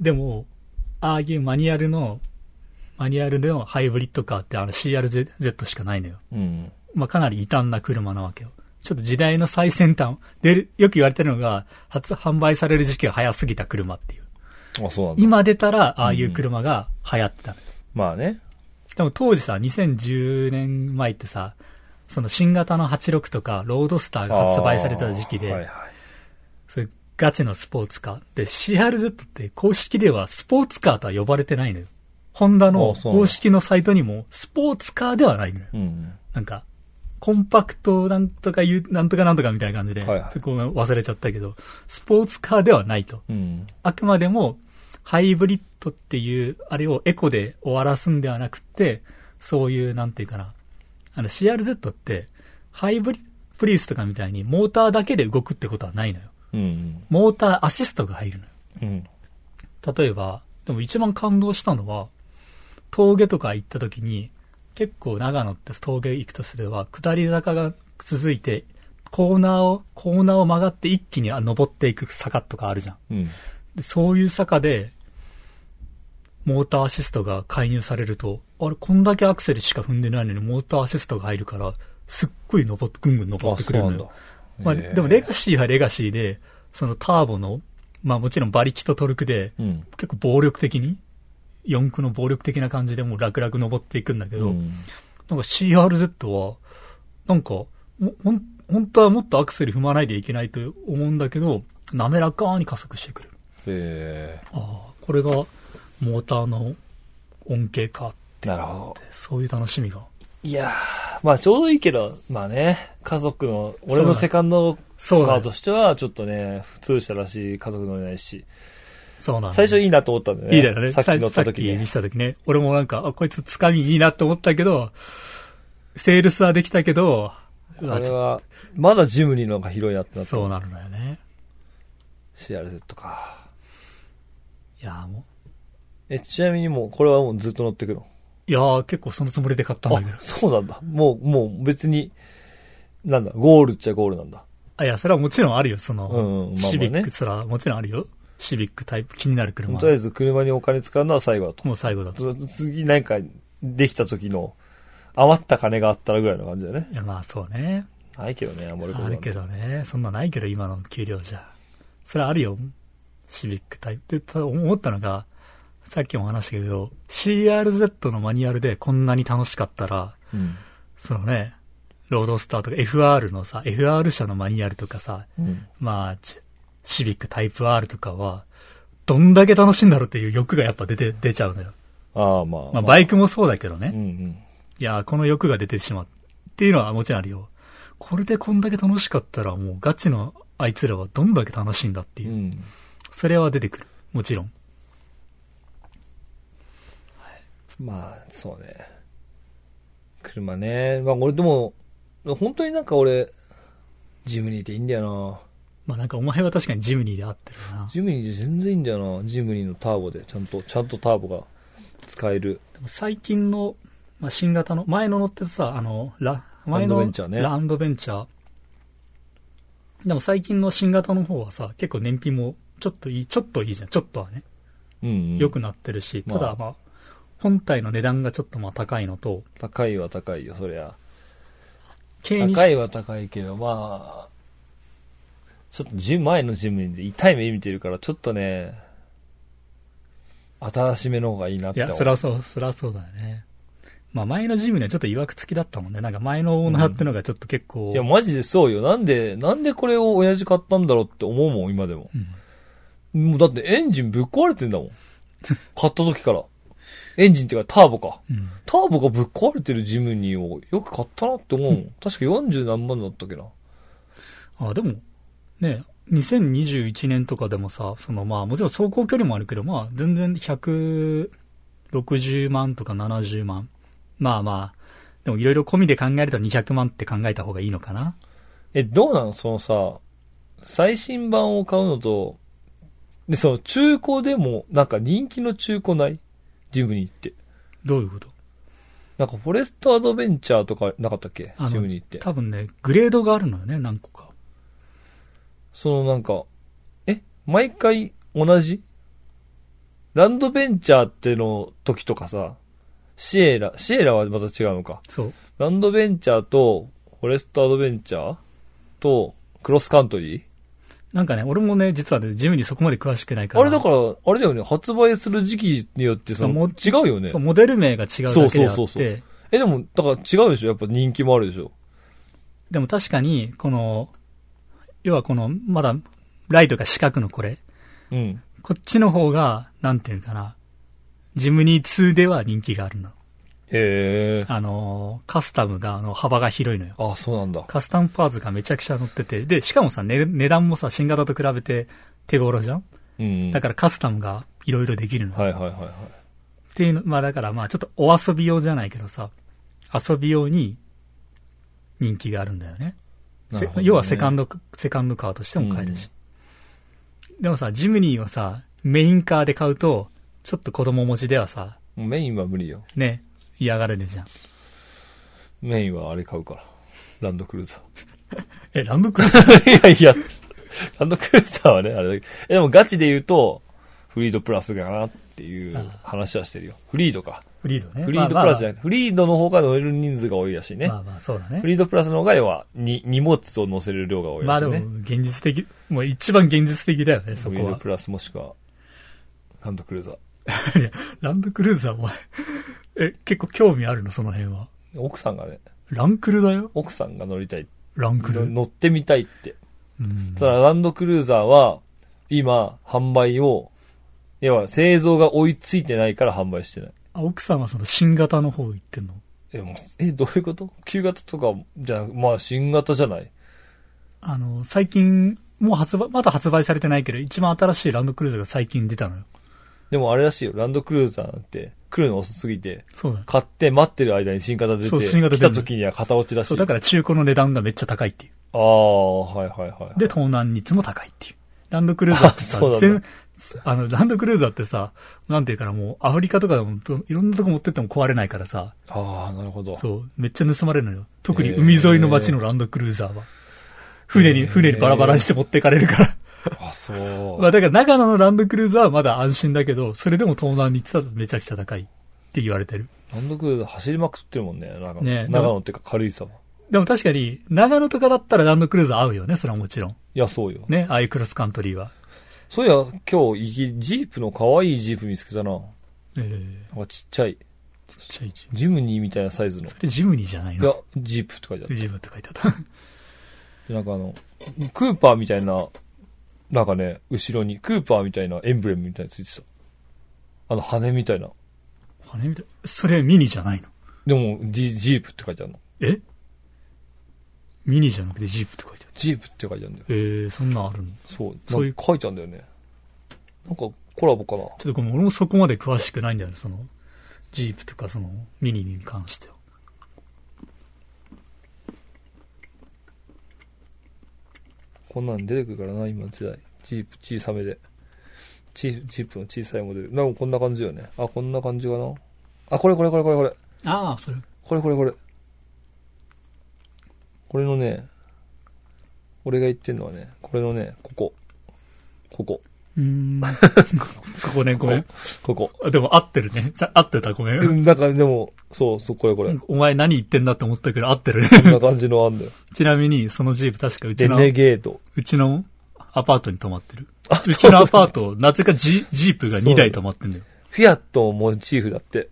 でも、ああいうマニュアルの、マニュアルのハイブリッドカーってあの CRZ しかないのよ。
うん。
まあ、かなり異端な車なわけよ。ちょっと時代の最先端、で、よく言われてるのが、初販売される時期が早すぎた車っていう。
あ、そうなんだ。
今出たら、ああいう車が流行ってたのよ。
まあね。
でも当時さ、2010年前ってさ、その新型の86とか、ロードスターが発売された時期で、
あーはいはい。
そういうガチのスポーツカー。で、CRZ って公式ではスポーツカーとは呼ばれてないのよ。ホンダの
あそうなんだ
公式のサイトにもスポーツカーではないのよ。
うん。
なんか、コンパクトなんとかいう、なんとかなんとかみたいな感じで、
はいはい
そこが忘れちゃったけど、スポーツカーではないと。
うん。
あくまでも、ハイブリッドっていう、あれをエコで終わらすんではなくて、そういう、なんていうかな。あの、CRZ って、ハイブリプリウスとかみたいに、モーターだけで動くってことはないのよ。
うん。
モーターアシストが入るのよ。
うん。
例えば、でも一番感動したのは、峠とか行った時に、結構長野って峠行くとすれば、下り坂が続いて、コーナーを、コーナーを曲がって一気にあ登っていく坂とかあるじゃん。
うん。
でそういう坂で、モーターアシストが介入されると、あれ、こんだけアクセルしか踏んでないのにモーターアシストが入るから、すっごい登って、ぐんぐん登
あ、
って
そう
くれ
な
るの
んだ
よ。。まあ、
へー
でもレガシーはレガシーで、そのターボの、まあもちろん馬力とトルクで、
うん。
結構暴力的に、四駆の暴力的な感じでもう楽々登っていくんだけ
う
ど、
ん。
なんか CRZ は、なんか、ほほん、本当はもっとアクセル踏まないでいけないと思うんだけど、滑らかに加速してくる。
え
ああ、これがモーターの恩恵かっ
ー、なるほど。
て、そういう楽しみが。
いやー、まあちょうどいいけど、まあね、家族の、俺のセカンドカ
そうな
ー
の
としては、ちょっとね、普通車らしい家族乗れないし、
そうなの
最初いいなと思ったんだよね。
いいだよね。
さっき乗っ
さ
た
っき
時に
見。せた時ね。俺もなんか、あ、こいつ掴みいいなって思ったけど、セールスはできたけど、う
あ
わ
れ
ちょ
は、まだジムニーの方が広いなってなった。
そうなるんだよね。
CRZ か。
いやーも
え、ちなみにもう、これはもうずっと乗ってくの。
う、いやー結構そのつもりで買ったんだけど
あ、。そうなんだ。もう、もう別に、なんだ、ゴールっちゃゴールなんだ。
あ、いや、それはもちろんあるよ。その、
うんうんまあまあね
シビック、それはもちろんあるよ。シビックタイプ、気になる車。
とりあえず車にお金使うのは最後だと。
もう最後だと。
ず次なんかできた時の余った金があったらぐらいの感じだよね。
いや、まあそうね。
ないけどね、余ること
あ
なん
る
て
けどね。そんなないけど、今の給料じゃ。それはあるよ。シビックタイプ。で、ただ思ったのが、さっきも話したけど、CRZ のマニュアルでこんなに楽しかったら、
うん。
そのね、ロードスターとか FR のさ、FR 車のマニュアルとかさ、
うん。
まあ、ちシビックタイプ R とかは、どんだけ楽しいんだろうっていう欲がやっぱ出て、出ちゃうのよ。
ああ、まあ。
まあ、バイクもそうだけどね。
うんうん。
いやー、この欲が出てしまう。っていうのはもちろんあるよ。これでこんだけ楽しかったら、もうガチのあいつらはどんだけ楽しいんだっていうう。
ん。
それは出てくる。もちろん。
まあ、そうね。車ね。まあ、俺でも、本当になんか俺、ジムニーっていいんだよ
まあなんかお前は確かにジムニーで合ってるな
な。。ジムニーで全然いいんだよな。ジムニーのターボで、ちゃんと、ちゃんとターボが使える。
でも最近の、まあ、新型の、前の乗ってたさ、あの、ラ、前
ランド
の
ベンチャーね
ランドベンチャーでも最近の新型の方はさ、結構燃費もちょっといい、ちょっといいじゃん。ちょっとはね。
うん、うん。
良くなってるし、
まあ
ただまあ、本体の値段がちょっとまあ高いのと、
高いは高いよ、そりゃ。
軽にし
高いは高いけど、まあ、ちょっとジム前のジムに痛い目見てるから、ちょっとね、新しめの方がいいなっ
い
て
や、
思う。
そりゃそう、そりゃそうだよね。まあ前のジムにはちょっと曰くつきだったもんね。なんか前のオーナーってのがちょっと結構、
いや、マジでそうよ。なんで、なんでこれを親父買ったんだろうって思うもん、今でも。
うん
もうだってエンジンぶっ壊れてんだもん。買った時から。エンジンっていうかターボか。
うん
ターボがぶっ壊れてるジムニーをよく買ったなって思うもん。確か40何万だったっけな。
あ、でも、ね、2021年とかでもさ、そのまあもちろん走行距離もあるけど、まあ全然160万とか70万。まあまあ、でもいろいろ込みで考えると200万って考えた方がいいのかな。
え、どうなのそのさ、最新版を買うのと、で、その中古でも、なんか人気の中古ないジムニーって。
どういうこと
なんかフォレストアドベンチャーとかなかったっけ
あの
ジムニーって。
多分ね、グレードがあるのよね、何個か。
そのなんか、え毎回同じランドベンチャーっての時とかさ、シエラ、シエラはまた違うのか。
そう。
ランドベンチャーと、フォレストアドベンチャーと、クロスカントリー
なんかね、俺もね、実はね、ジムにそこまで詳しくないから。
あれだから、あれだよね、発売する時期によってさ、
も
違
う
うよね
そう、。モデル名が違うだけであ
そう
って、
そうそうそうえ、でも、だから違うでしょやっぱ人気もあるでしょ
でも確かに、この、要はこの、まだ、ライトが四角のこれ。
うん。
こっちの方が、なんていうかな、ジムニー2では人気があるの。
へえ。
あのー、カスタムが、あの、幅が広いのよ。
あ、そうなんだ。
カスタムパーツがめちゃくちゃ乗ってて、で、しかもさ、ね、値段もさ、新型と比べて手頃じゃん
うん。
だからカスタムがいろいろできるの。
はいはいはいはい。
っていうの、まあだからまあちょっとお遊び用じゃないけどさ、遊び用に人気があるんだよね。
な
せ
るほどね
要はセカンド、セカンドカーとしても買えるし。でもさ、ジムニーをさ、メインカーで買うと、ちょっと子供持ちではさ、
もうメインは無理よ。
ね、嫌がられるじゃん。
メインはあれ買うから。ランドクルーザー。
え、ランドクルーザー
い やいや、ランドクルーザーはね、あれだけどえでもガチで言うと、フリードプラスかなっていう話はしてるよ。フリードか。
フリ ードね。
フリードプラスじ
ま
ゃなくて、フリードの方が乗れる人数が多いらしいね。
あまあまあまあそうだね
フ。リードプラスの方が要は、に、荷物を乗せる量が多い
ま
ら
あ
し
で
い
も
ね。、
現実的、もう一番現実的だよね、そ
フリ
こ
ード
は。
プラスもしくは、ランドクルーザー。
いやランドクルーザー、お前。え、結構興味あるの、その辺は。
奥さんがね、
ランクルだよ。
奥さんが乗りたい。
ランクル。
乗ってみたいって。
うん
ただランドクルーザーは、今、販売を、要は製造が追いついてないから販売してない。
あ奥さんはその新型の方行ってんの
え、もう、え、どういうこと旧型とか、じゃなく、まあ、新型じゃない
あの、最近、もう発売、まだ発売されてないけど、一番新しいランドクルーザーが最近出たのよ。
でもあれらしいよ、ランドクルーザーなんて、来るの遅すぎて、
そうだよ。
買って待ってる間に新型出
そ
て、
う新型出
来
るの
た時には型落ちらし
そ、。
いう
だから中古の値段がめっちゃ高いっていう。
ああ、はいはいはい。
で、盗難率も高いっていう。ランドクルーザーって
あ
さ
そうな、んだ
全、あの、ランドクルーザーってさ、なんていうかな、もうアフリカとかでもどいろんなとこ持ってっても壊れないからさ、
ああ、なるほど。
そう、めっちゃ盗まれるのよ。特に海沿いの街のランドクルーザーは。船
へ
に、
ー
船にバラバラにして持ってかれるから。
あそう。
まあだから長野のランドクルーザーはまだ安心だけど、それでも盗難率はめちゃくちゃ高いって言われてる。
ランドクルーザー走りまくってるもんね、長野。
ね
長野っていうか軽井沢。い
でも確かに、長野とかだったらランドクルーザー合うよね、それはもちろん。
や、そうよ。
ね、ああいうクロスカントリーは。
そういや、今日、いきジープの可愛いジープ見つけたな。なん
ええ
かちっちゃい、
ちっちゃいジム。
ジムニーみたいなサイズの。い
それジムニーじゃない
や
の、
ジープって書いてあっ
ジムって書いてあった。
た。なんかあの、クーパーみたいな、なんかね、後ろに、クーパーみたいなエンブレムみたいなのついてた。あの、羽みたいな。
羽みたい。それミニじゃないの
でも、ジジープって書いてあるの。
えミニじゃなくてジープって書いてある。
ジープって書いてあるんだよ。
ええそんなんあるの
そう。
そういう
なんか書いてあるんだよね。なんか、コラボかな。
ちょっとごめん、俺もそこまで詳しくないんだよね、その、ジープとかその、ミニに関しては。
こんなん出てくるからな、今の時代。チープ、小さめで。チーチープの小さいモデル。なんかこんな感じよね。あ、こんな感じかな。あ、これこれこれこれこれ。
ああ、それ。
これこれこれ。これのね、俺が言ってんのはね、これのね、ここ。ここ。
うー ん。そこね、ごめん。
ここ。
あでも合ってるね。じゃ、合ってた、ごめ。
うんんなんかでも、そう、そう、これこれ。
お前何言ってんだって思ったけど合ってるね。
こんな感じのあんだよ。
ちなみに、そのジープ確かうち
レ
の、
ネゲート。
うちのアパートに泊まってる。
あ
うちのアパート、なぜかジジープが2台泊まってんだよ。
フィアットをモチーフだって。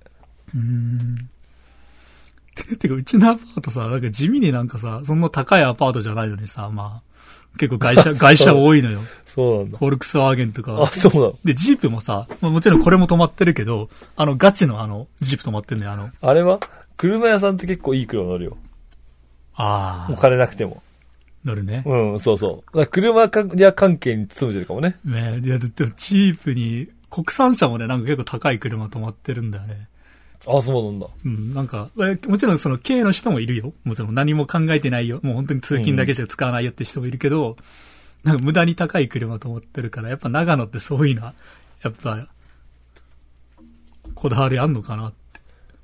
うーん。 てか、うちのアパートさ、なんか地味になんかさ、そんな高いアパートじゃないのにさ、まあ、結構外 車、外車多いのよ。
そうなんだ。
フォルクスワーゲンとか
あ、。そうなの。
で、ジープもさ、まあ、もちろんこれも止まってるけど、あの、ガチのあの、ジープ止まってるのよ、あの、
あれは車屋さんって結構いい車乗るよ。
あ
お
あ、
金なくても。
乗るね。
うん、そうそう。だから車かや関係に勤めてるかもね。
ねいや、ででもジープに、国産車もね、なんか結構高い車止まってるんだよね。
あ、そうなんだ。
うん、なんか、えもちろんその、経営の人もいるよ。もちろん何も考えてないよ。もう本当に通勤だけじゃ使わないよって人もいるけど、なんか無駄に高い車と思ってるから、やっぱ長野ってそういうのは、やっぱ、こだわりあんのかな。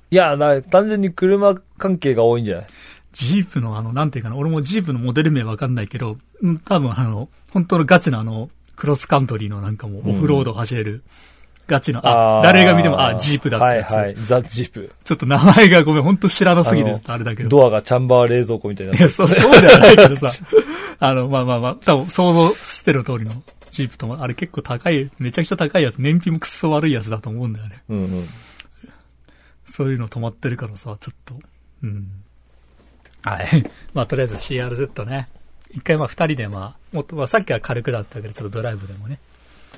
いや、な単純に車関係が多いんじゃない
ジープのあの、なんていうかな、俺もジープのモデル名わかんないけど、うん多分あの、本当のガチのあの、クロスカントリーのなんかもうオフロード走れる、ガチの、あ、
ー
誰が見ても、あ、ジープだったやつ。
はいはい、ザ・ジープ。
ちょっと名前がごめん、本当知らなすぎて
あの
あれだけど。。
ドアがチャンバー冷蔵庫みたいない
や、そう、そうではないけどさ。 あの、まあまあまあ、多分想像してる通りのジープとも、あれ結構高い、めちゃくちゃ高いやつ、燃費もくっそ悪いやつだと思うんだよね。
うんうん。
そういうの止まってるからさ、ちょっと。うん。はい。 まあとりあえず CRZ ね。一回まあ二人でまあ、もっと、まあさっきは軽くだったけど、ちょっとドライブでもね、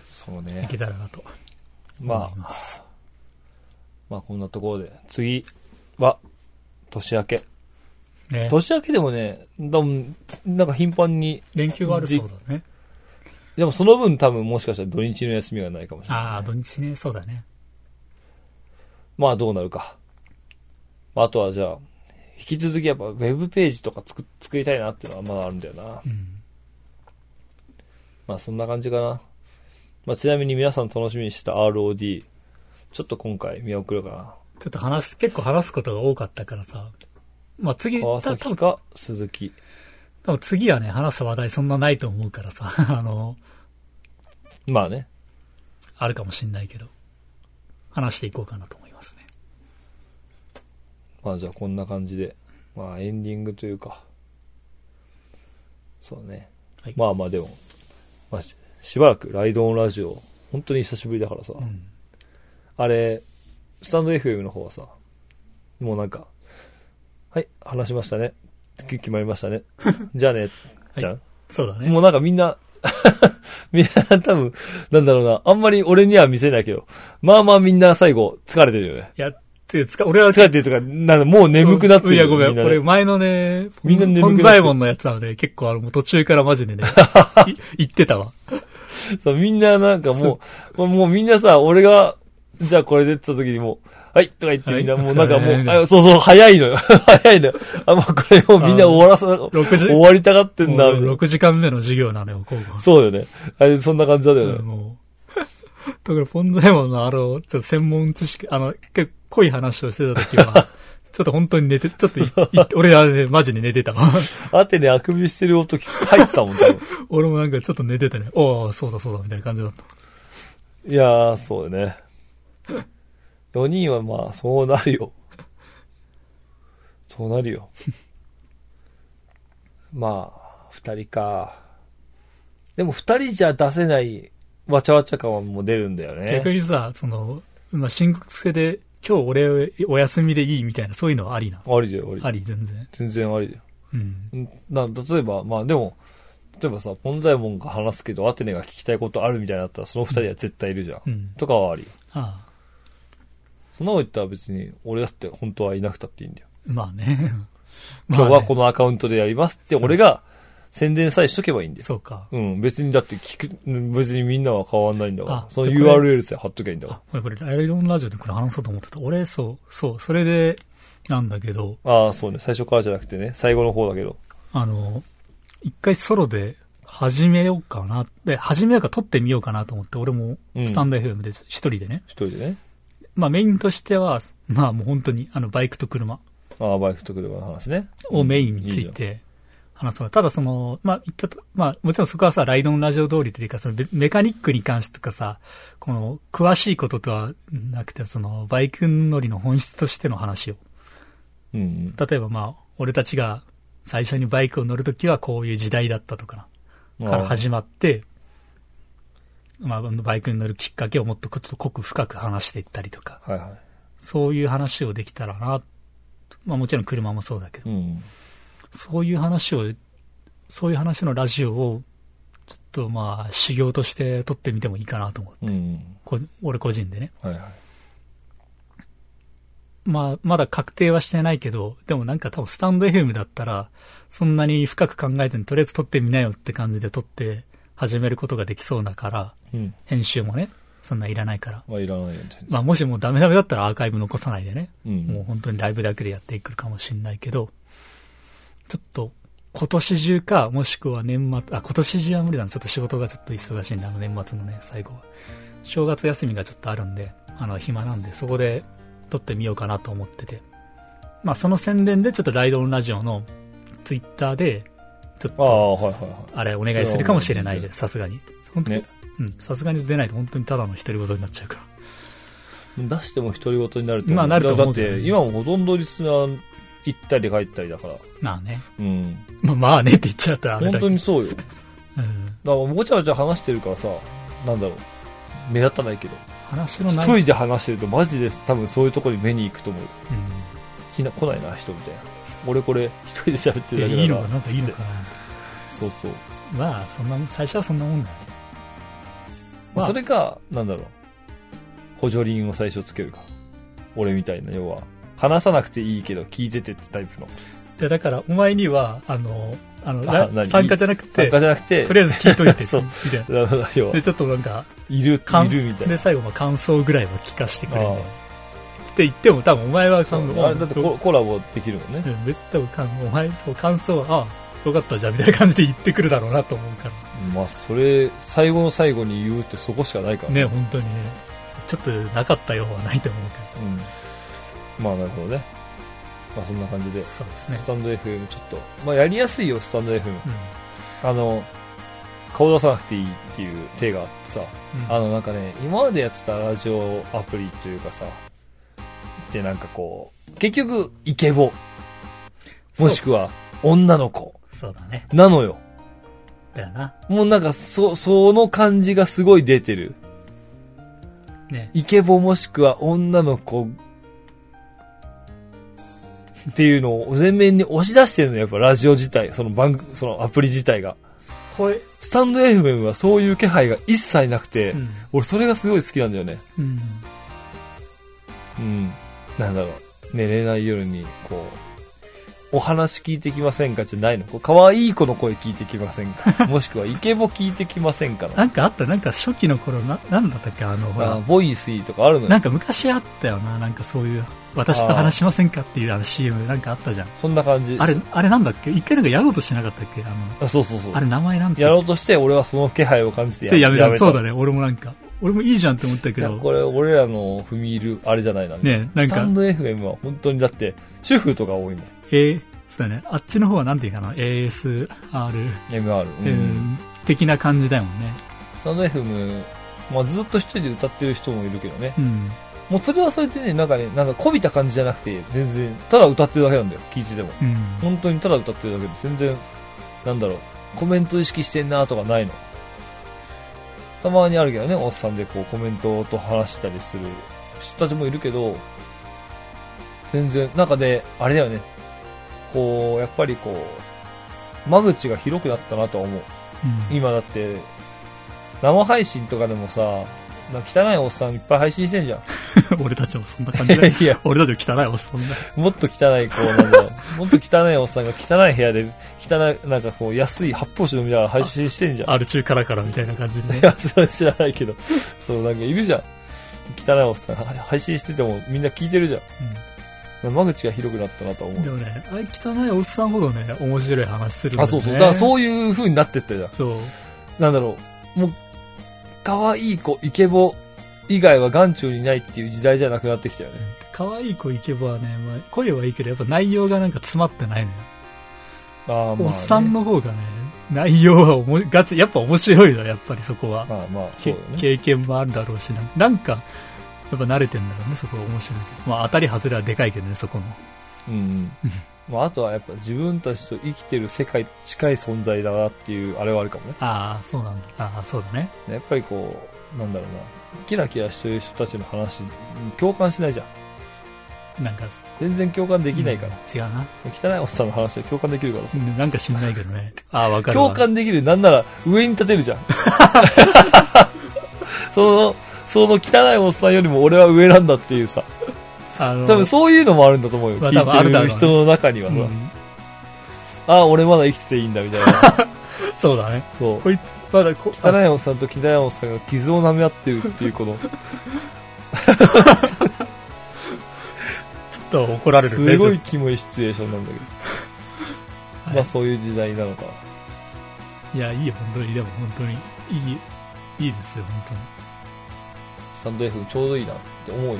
そう
行
ね。
けたらなと
ま
思い
あ、
ます。
まあこんなところで。次は、年明け。
ね。
年明けでもね、でもなんか頻繁に、
連休があるそうだね。
でもその分多分もしかしたら土日の休みがないかもしれない。
ああ、土日ね、そうだね。
まあどうなるか。まああとはじゃあ、引き続きやっぱウェブページとか作作りたいなっていうのはまだあるんだよな。
うん。
まあそんな感じかな。まあちなみに皆さん楽しみにしてた ROD、ちょっと今回見送るかな。
ちょっと話、結構話すことが多かったからさ。まあ次、
川
た多
崎
分
か鈴木。
でも次はね、話す話題そんなないと思うからさ、 あの、
まあね。
あるかもしんないけど、話していこうかなと思いますね。
まあじゃあこんな感じで、まあエンディングというか、そうね。
はい
まあまあでも、まあししばらくライドオンラジオ、本当に久しぶりだからさ、
うん。
あれ、スタンド FM の方はさ、もうなんか、はい、話しましたね。き決まりました ね。じゃあね、じゃん、
そうだね。
もうなんかみんな、 みんな多分、なんだろうな、あんまり俺には見せないけど、まあまあみんな最後疲れてるよね。
いや、てつか、俺は
疲れてるとか、なんだもう眠くなってる
い
よ
や、ごめ
み
ん。
なね
俺、前のね、
みんな眠くなってる
本左衛門のやつなので、結構あの、もう途中からマジ でね、い言ってたわ。
そう、みんななんかもう、これもうみんなさ、俺が、じゃあこれでって言った時にもう、はいとか言って
は
み
い
んなもう
そ
な
うん
か
だ
も
ね
う、あそうそう、早いのよ。 早いのよ。あ、もうこれもうみんな終わらさ、
6時、
終わりたがってんだ、みたいな
6時間目の授業なのよ、今後。
そうよね。あれ、そんな感じだったよ
うん
ね。
もう。だから、ポンザイモンのあの、ちょっと専門知識、あの、結構濃い話をしてた時 は、ちょっと本当に寝て、ちょっとい、い俺はね、マジで寝てたわ。
アテネあくびしてる音入ってたもん、多分。
俺もなんかちょっと寝ててね、おおそうだそうだ、みたいな感じだった。
いやー、そうだね。4人はまあ、そうなるよ。そうなるよ。まあ、2人か。でも2人じゃ出せないわちゃわちゃ感はもう出るんだよ
逆
ね。
にさ、その、まあ、深刻性で、今日俺お休みでいいみたいな、そういうのはありな。
ありだよ、ありだ
あ
よ。
り、全然。
全然ありだよ。
うん。
んな例えば、まあでも、例えばさ、ポンザイモンが話すけど、アテネが聞きたいことあるみたいになったら、その2人は絶対いるじゃん。
うん。
とかはあり。
ああ、
そんなこと言ったら別に、俺だって本当はいなくたっていいんだよ。
まあね。
今日はこ
の、
のアカウントでやりますって、俺が宣伝さえしとけばいいんです。
そうか。
うん、別にだって聞く、うん別にみんなは変わんないんだか
あ
ら、その
でこれ
URL さえ貼っとけばいいんだか
あ、俺これ、ライオンラジオでこれ話そうと思ってた。俺、そう、そう、それで、なんだけど、
ら。ああ、そうね、最初からじゃなくてね、最後の方だけど。
あの、一回ソロで始めようかな。で、始めようか撮ってみようかなと思って、俺も
うん
スタンド FM で一人でね。
一人でね。
まあメインとしては、まあもう本当に、あの、バイクと車
ああ、バイクと車の話ね。
をメインについ
いいじ
て話そう。ただその、まあ言ったと、まあもちろんそこはさ、ライドンラジオ通りというか、そのメメカニックに関してとかさ、この、詳しいこととはなくて、その、バイク乗りの本質としての話を。
ゃんうん
例えばまあ、俺たちが最初にバイクを乗るときはこういう時代だったとかな。
うん。
から
ああ
始まって、まあ、バイクに乗るきっかけをもっとちょっと濃く深く話していったりとか、
はいはい。
そういう話をできたらなっまあもちろん車もそうだけど、
うん。
そういう話を、そういう話のラジオを、ちょっとまあ修行として撮ってみてもいいかなと思う。
うん。
こ俺個人でね。
はいはい。
まあ、まだ確定はしてないけど、でもなんか多分スタンド FM だったら、そんなに深く考えずにとりあえず撮ってみなよって感じで撮って始めることができそうだから、
うん。
編集もね、そんないらないから。
まあ、いらないよ、全然。
まあもしもうダメダメだったらアーカイブ残さないでね、
う。
もうん本当にライブだけでやっていくかもしんないけど、ちょっと今年中か、もしくは年末、あ、今年中は無理だな。ちょっと仕事がちょっと忙しいんだ、あの年末のね、最後は。正月休みがちょっとあるんで、あの、暇なんで、そこで撮ってみようかなと思ってて。まあその宣伝でちょっとライドオンラジオのツイッターで、ちょっ
あ
と、
あ、はいはいは
あれお願いするかもしれないです、さすがに。本
い。
当に、
ね。
うん、さすがに出ないと本当にただの独り言になっちゃうから。
出しても独り言になるって
まあなると思うけど
だって、今もほとんどリスナー行ったり帰ったりだから。
まあね。
うん。
まあまあねって言っちゃったらあれ
本
だけど。
当にそうよ。
うん
だからごちゃごちゃ話してるからさなんだろう目立たないけど
話の
一
内
人で話してるとマジで多分そういうところに目に行くと思う
う
来な来ないな人みたいな俺これ一人で喋って
ん、いや
るだけだから
いいのかなといいの
つっ
かな
てそうそう、
まあそんなもん最初はそんなもんだよ
ま
ま
あ、
あ
それかなんだろう補助輪を最初つけるか俺みたいな要は話さなくていいけど聞いててってタイプの
いやだからお前にはあのあの
あ
ら
何
参加じゃなく
参
て
加じゃなくて
とりあえず聞いといて
そう
みたいな
だから 要は
でちょっとなんか
いるいるみた
かん
いな
で最後まあ感想ぐらいは聞かせてくれ
あ
るって言っても多分お前は
あそう
感
あれだってココラボできるもんね
うん別に多分感お前の感想はああよかったじゃんみたいな感じで言ってくるだろうなと思うか
まあそれ最後の最後に言うってそこしかないから
らね本当にねちょっとなかったようはないと思うから
うん、まあなるほどね、まあ、そんな感じでス
そうですね
タンド FM ちょっと、まあ、やりやすいよスタンド FM
うん
あの顔出さなくていいっていう手があってさ
うん
あのなんかね今までやってたラジオアプリというかさでなんかこう結局イケボもしくは女の子
そうだね
なのよ
だよな
もうなんかそその感じがすごい出てる
ね
イケボもしくは女の子っていうのを全面に押し出してるのよやっぱラジオ自体、その番組、そのアプリ自体が。
声
スタンド FM はそういう気配が一切なくて、
うん
俺それがすごい好きなんだよね。
うん
うん。なんだろう。寝れない夜に、こう、お話聞いてきませんかじゃないの。こう可愛い子の声聞いてきません かもしくはイケボ聞いてきませんかの。
なんかあった、なんか初期の頃な、なんだったっけ、あの、ほ
あ
ら、
ボイスイとかあるの
な
よ。
んか昔あったよな、なんかそういう、私と話しませんかっていうあの CM なんかあったじゃん。
そんな感じ。
あれ、あれなんだっけ一回なんかやろうとしなかったっけあの、
あそうそうそう
あ。れ名前なんだっけ
やろうとして俺はその気配を感じて
ってやめた。そうだ
ね。
ね、俺もなんか、俺もいいじゃんって思ったけ
いや
ど、
これ俺らの踏み入るあれじゃないな。
ね、なん
スタ
か
ン、ド FM は本当にだって主婦とか多いね。
えーそうだね、あっちの方はなんていうかな、ASR、
MR。うん
うん的な感じだよね。
スタンド FM、まあずっと一人で歌ってる人もいるけどね。
うん。
もうそれはそれでね、なんかね、なんかこびた感じじゃなくて、全然、ただ歌ってるだけなんだよ、聞いてても。
うん。
本当にただ歌ってるだけで、全然、なんだろう、コメント意識してんなとかないの。たまにあるけどね、おっさんでこうコメントと話したりする人たちもいるけど、全然、なんかね、あれだよね、こう、やっぱりこう、間口が広くなったなとは思う。
うん
今だって、生配信とかでもさ、なんか汚いおっさんいっぱい配信してんじゃん。
俺たちもそんな感じだ よ。
いや、
俺たちも汚いおっさんだよ。
もっと汚い、こう、なんだろう もっと汚いおっさんが汚い部屋で、汚い、なんかこう、安い発泡酒飲みながら配信してんじゃん。い
R 中からからみたいな感じでね。
や、それ知らないけど。そう、なんかいるじゃん。汚いおっさん、配信しててもみんな聞いてるじゃ
う
ん。
ん
間口が広くなったなと思
で
う。
もね、あれ汚いおっさんほどね、面白い話するんだよ
あ、
ね。
そうそう。だから
う。
そういう風になってったじゃん。
そう。
なんだろう。もう、可愛い子、イケボ以外は眼中にないっていう時代じゃなくなってきたよね。
可愛い子イケボはね、まあ、声はいいけど、やっぱ内容がなんか詰まってないのよ。
あーまあ、ね。
おっさん。の方がね、内容はおもガチ、やっぱ面白いのよ、やっぱりそこは。
まあまあ、そう
け
だよね。
経験もあるだろうし、なんなんか、やっぱ慣れてんだろうね、そこは面白いけど。まあ、当たり外れはでかいけどね、そこの。
うんうん、まああとはやっぱ自分たちと生きてる世界と近い存在だなっていうあれはあるかもね。
ああ、そうなんだ。ああ、そうだね。
やっぱりこう、なんだろうな、キラキラしてる人たちの話、共感しないじゃん。
なんか、
全然共感できないから。
違うな。
汚いおっさんの話は共感できるからさ。
うんなんか知んないけどね。ああ、わかるわ。
共感できる。なんなら上に立てるじゃん。 その、その汚いおっさんよりも俺は上なんだっていうさ。
あの、
多分そういうのもあるんだと思うよ。
まあ
聞
多分あ
い
る
て
だろう
る
ね
人の中には
う
さ、
ん
ああ、俺まだ生きてていいんだみたい な。
そうだね。
そう。
こいつ、まだこ、あ
汚いおっさんと汚いおっさんが傷を舐め合ってるっていう この、
ちょっと怒られるね。
すご
ち
い
ょっ
キモいシチュエーションなんだけど。
はい
まあそういう時代なのか。
と。いや、いいよ、本当に。でも本当に。いい、いいですよ、本当に。
スタンド F ちょうどいいなって思うよ。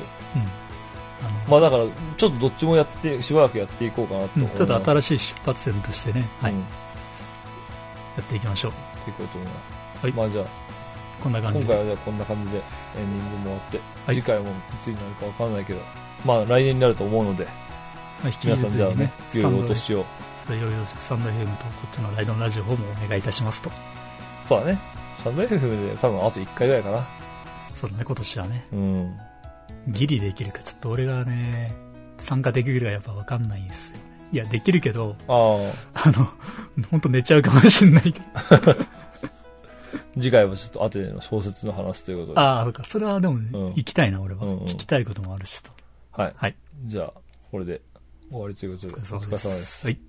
あの
まあだから、ちょっとどっちもやって、しばらくやっていこうかなと
う
思
ん
う。
ちょっと新しい出発点としてね、はい、
う
や
ん
っていきましょう。
っていこうと思います。
はい
まあじゃあ、
こんな感じ
今
で。
回はじゃあこんな感じでエンディングも終わって、
はい
次回もいつになるかわかんないけど、まあ来年になると思うので、
まあ引き
皆
続
さんじゃあ
き
ね
ね、、
良
ス
い
タン
お
ドで、
年を。
いろいろスタンド FM とこっちのライドのラジオの方もお願いいたしますと。
そうだね。サンド FM で多分あと1回ぐらいかな。
そうだね、今年はね、
うん。
ギリできるか、ちょっと俺がね、参加できるかやっぱわかんないんですよね。いや、できるけど、
ああ、
あの、ほんと寝ちゃうかもしんないけど。
次回はちょっと後での小説の話ということで。
ああ、そうか、それはでもね、
うん
行きたいな、俺は、
うんうん
聞きたいこともあるしと。
はい。
はい。
じゃあ、これで終わりということで、お疲れ様です。
はい。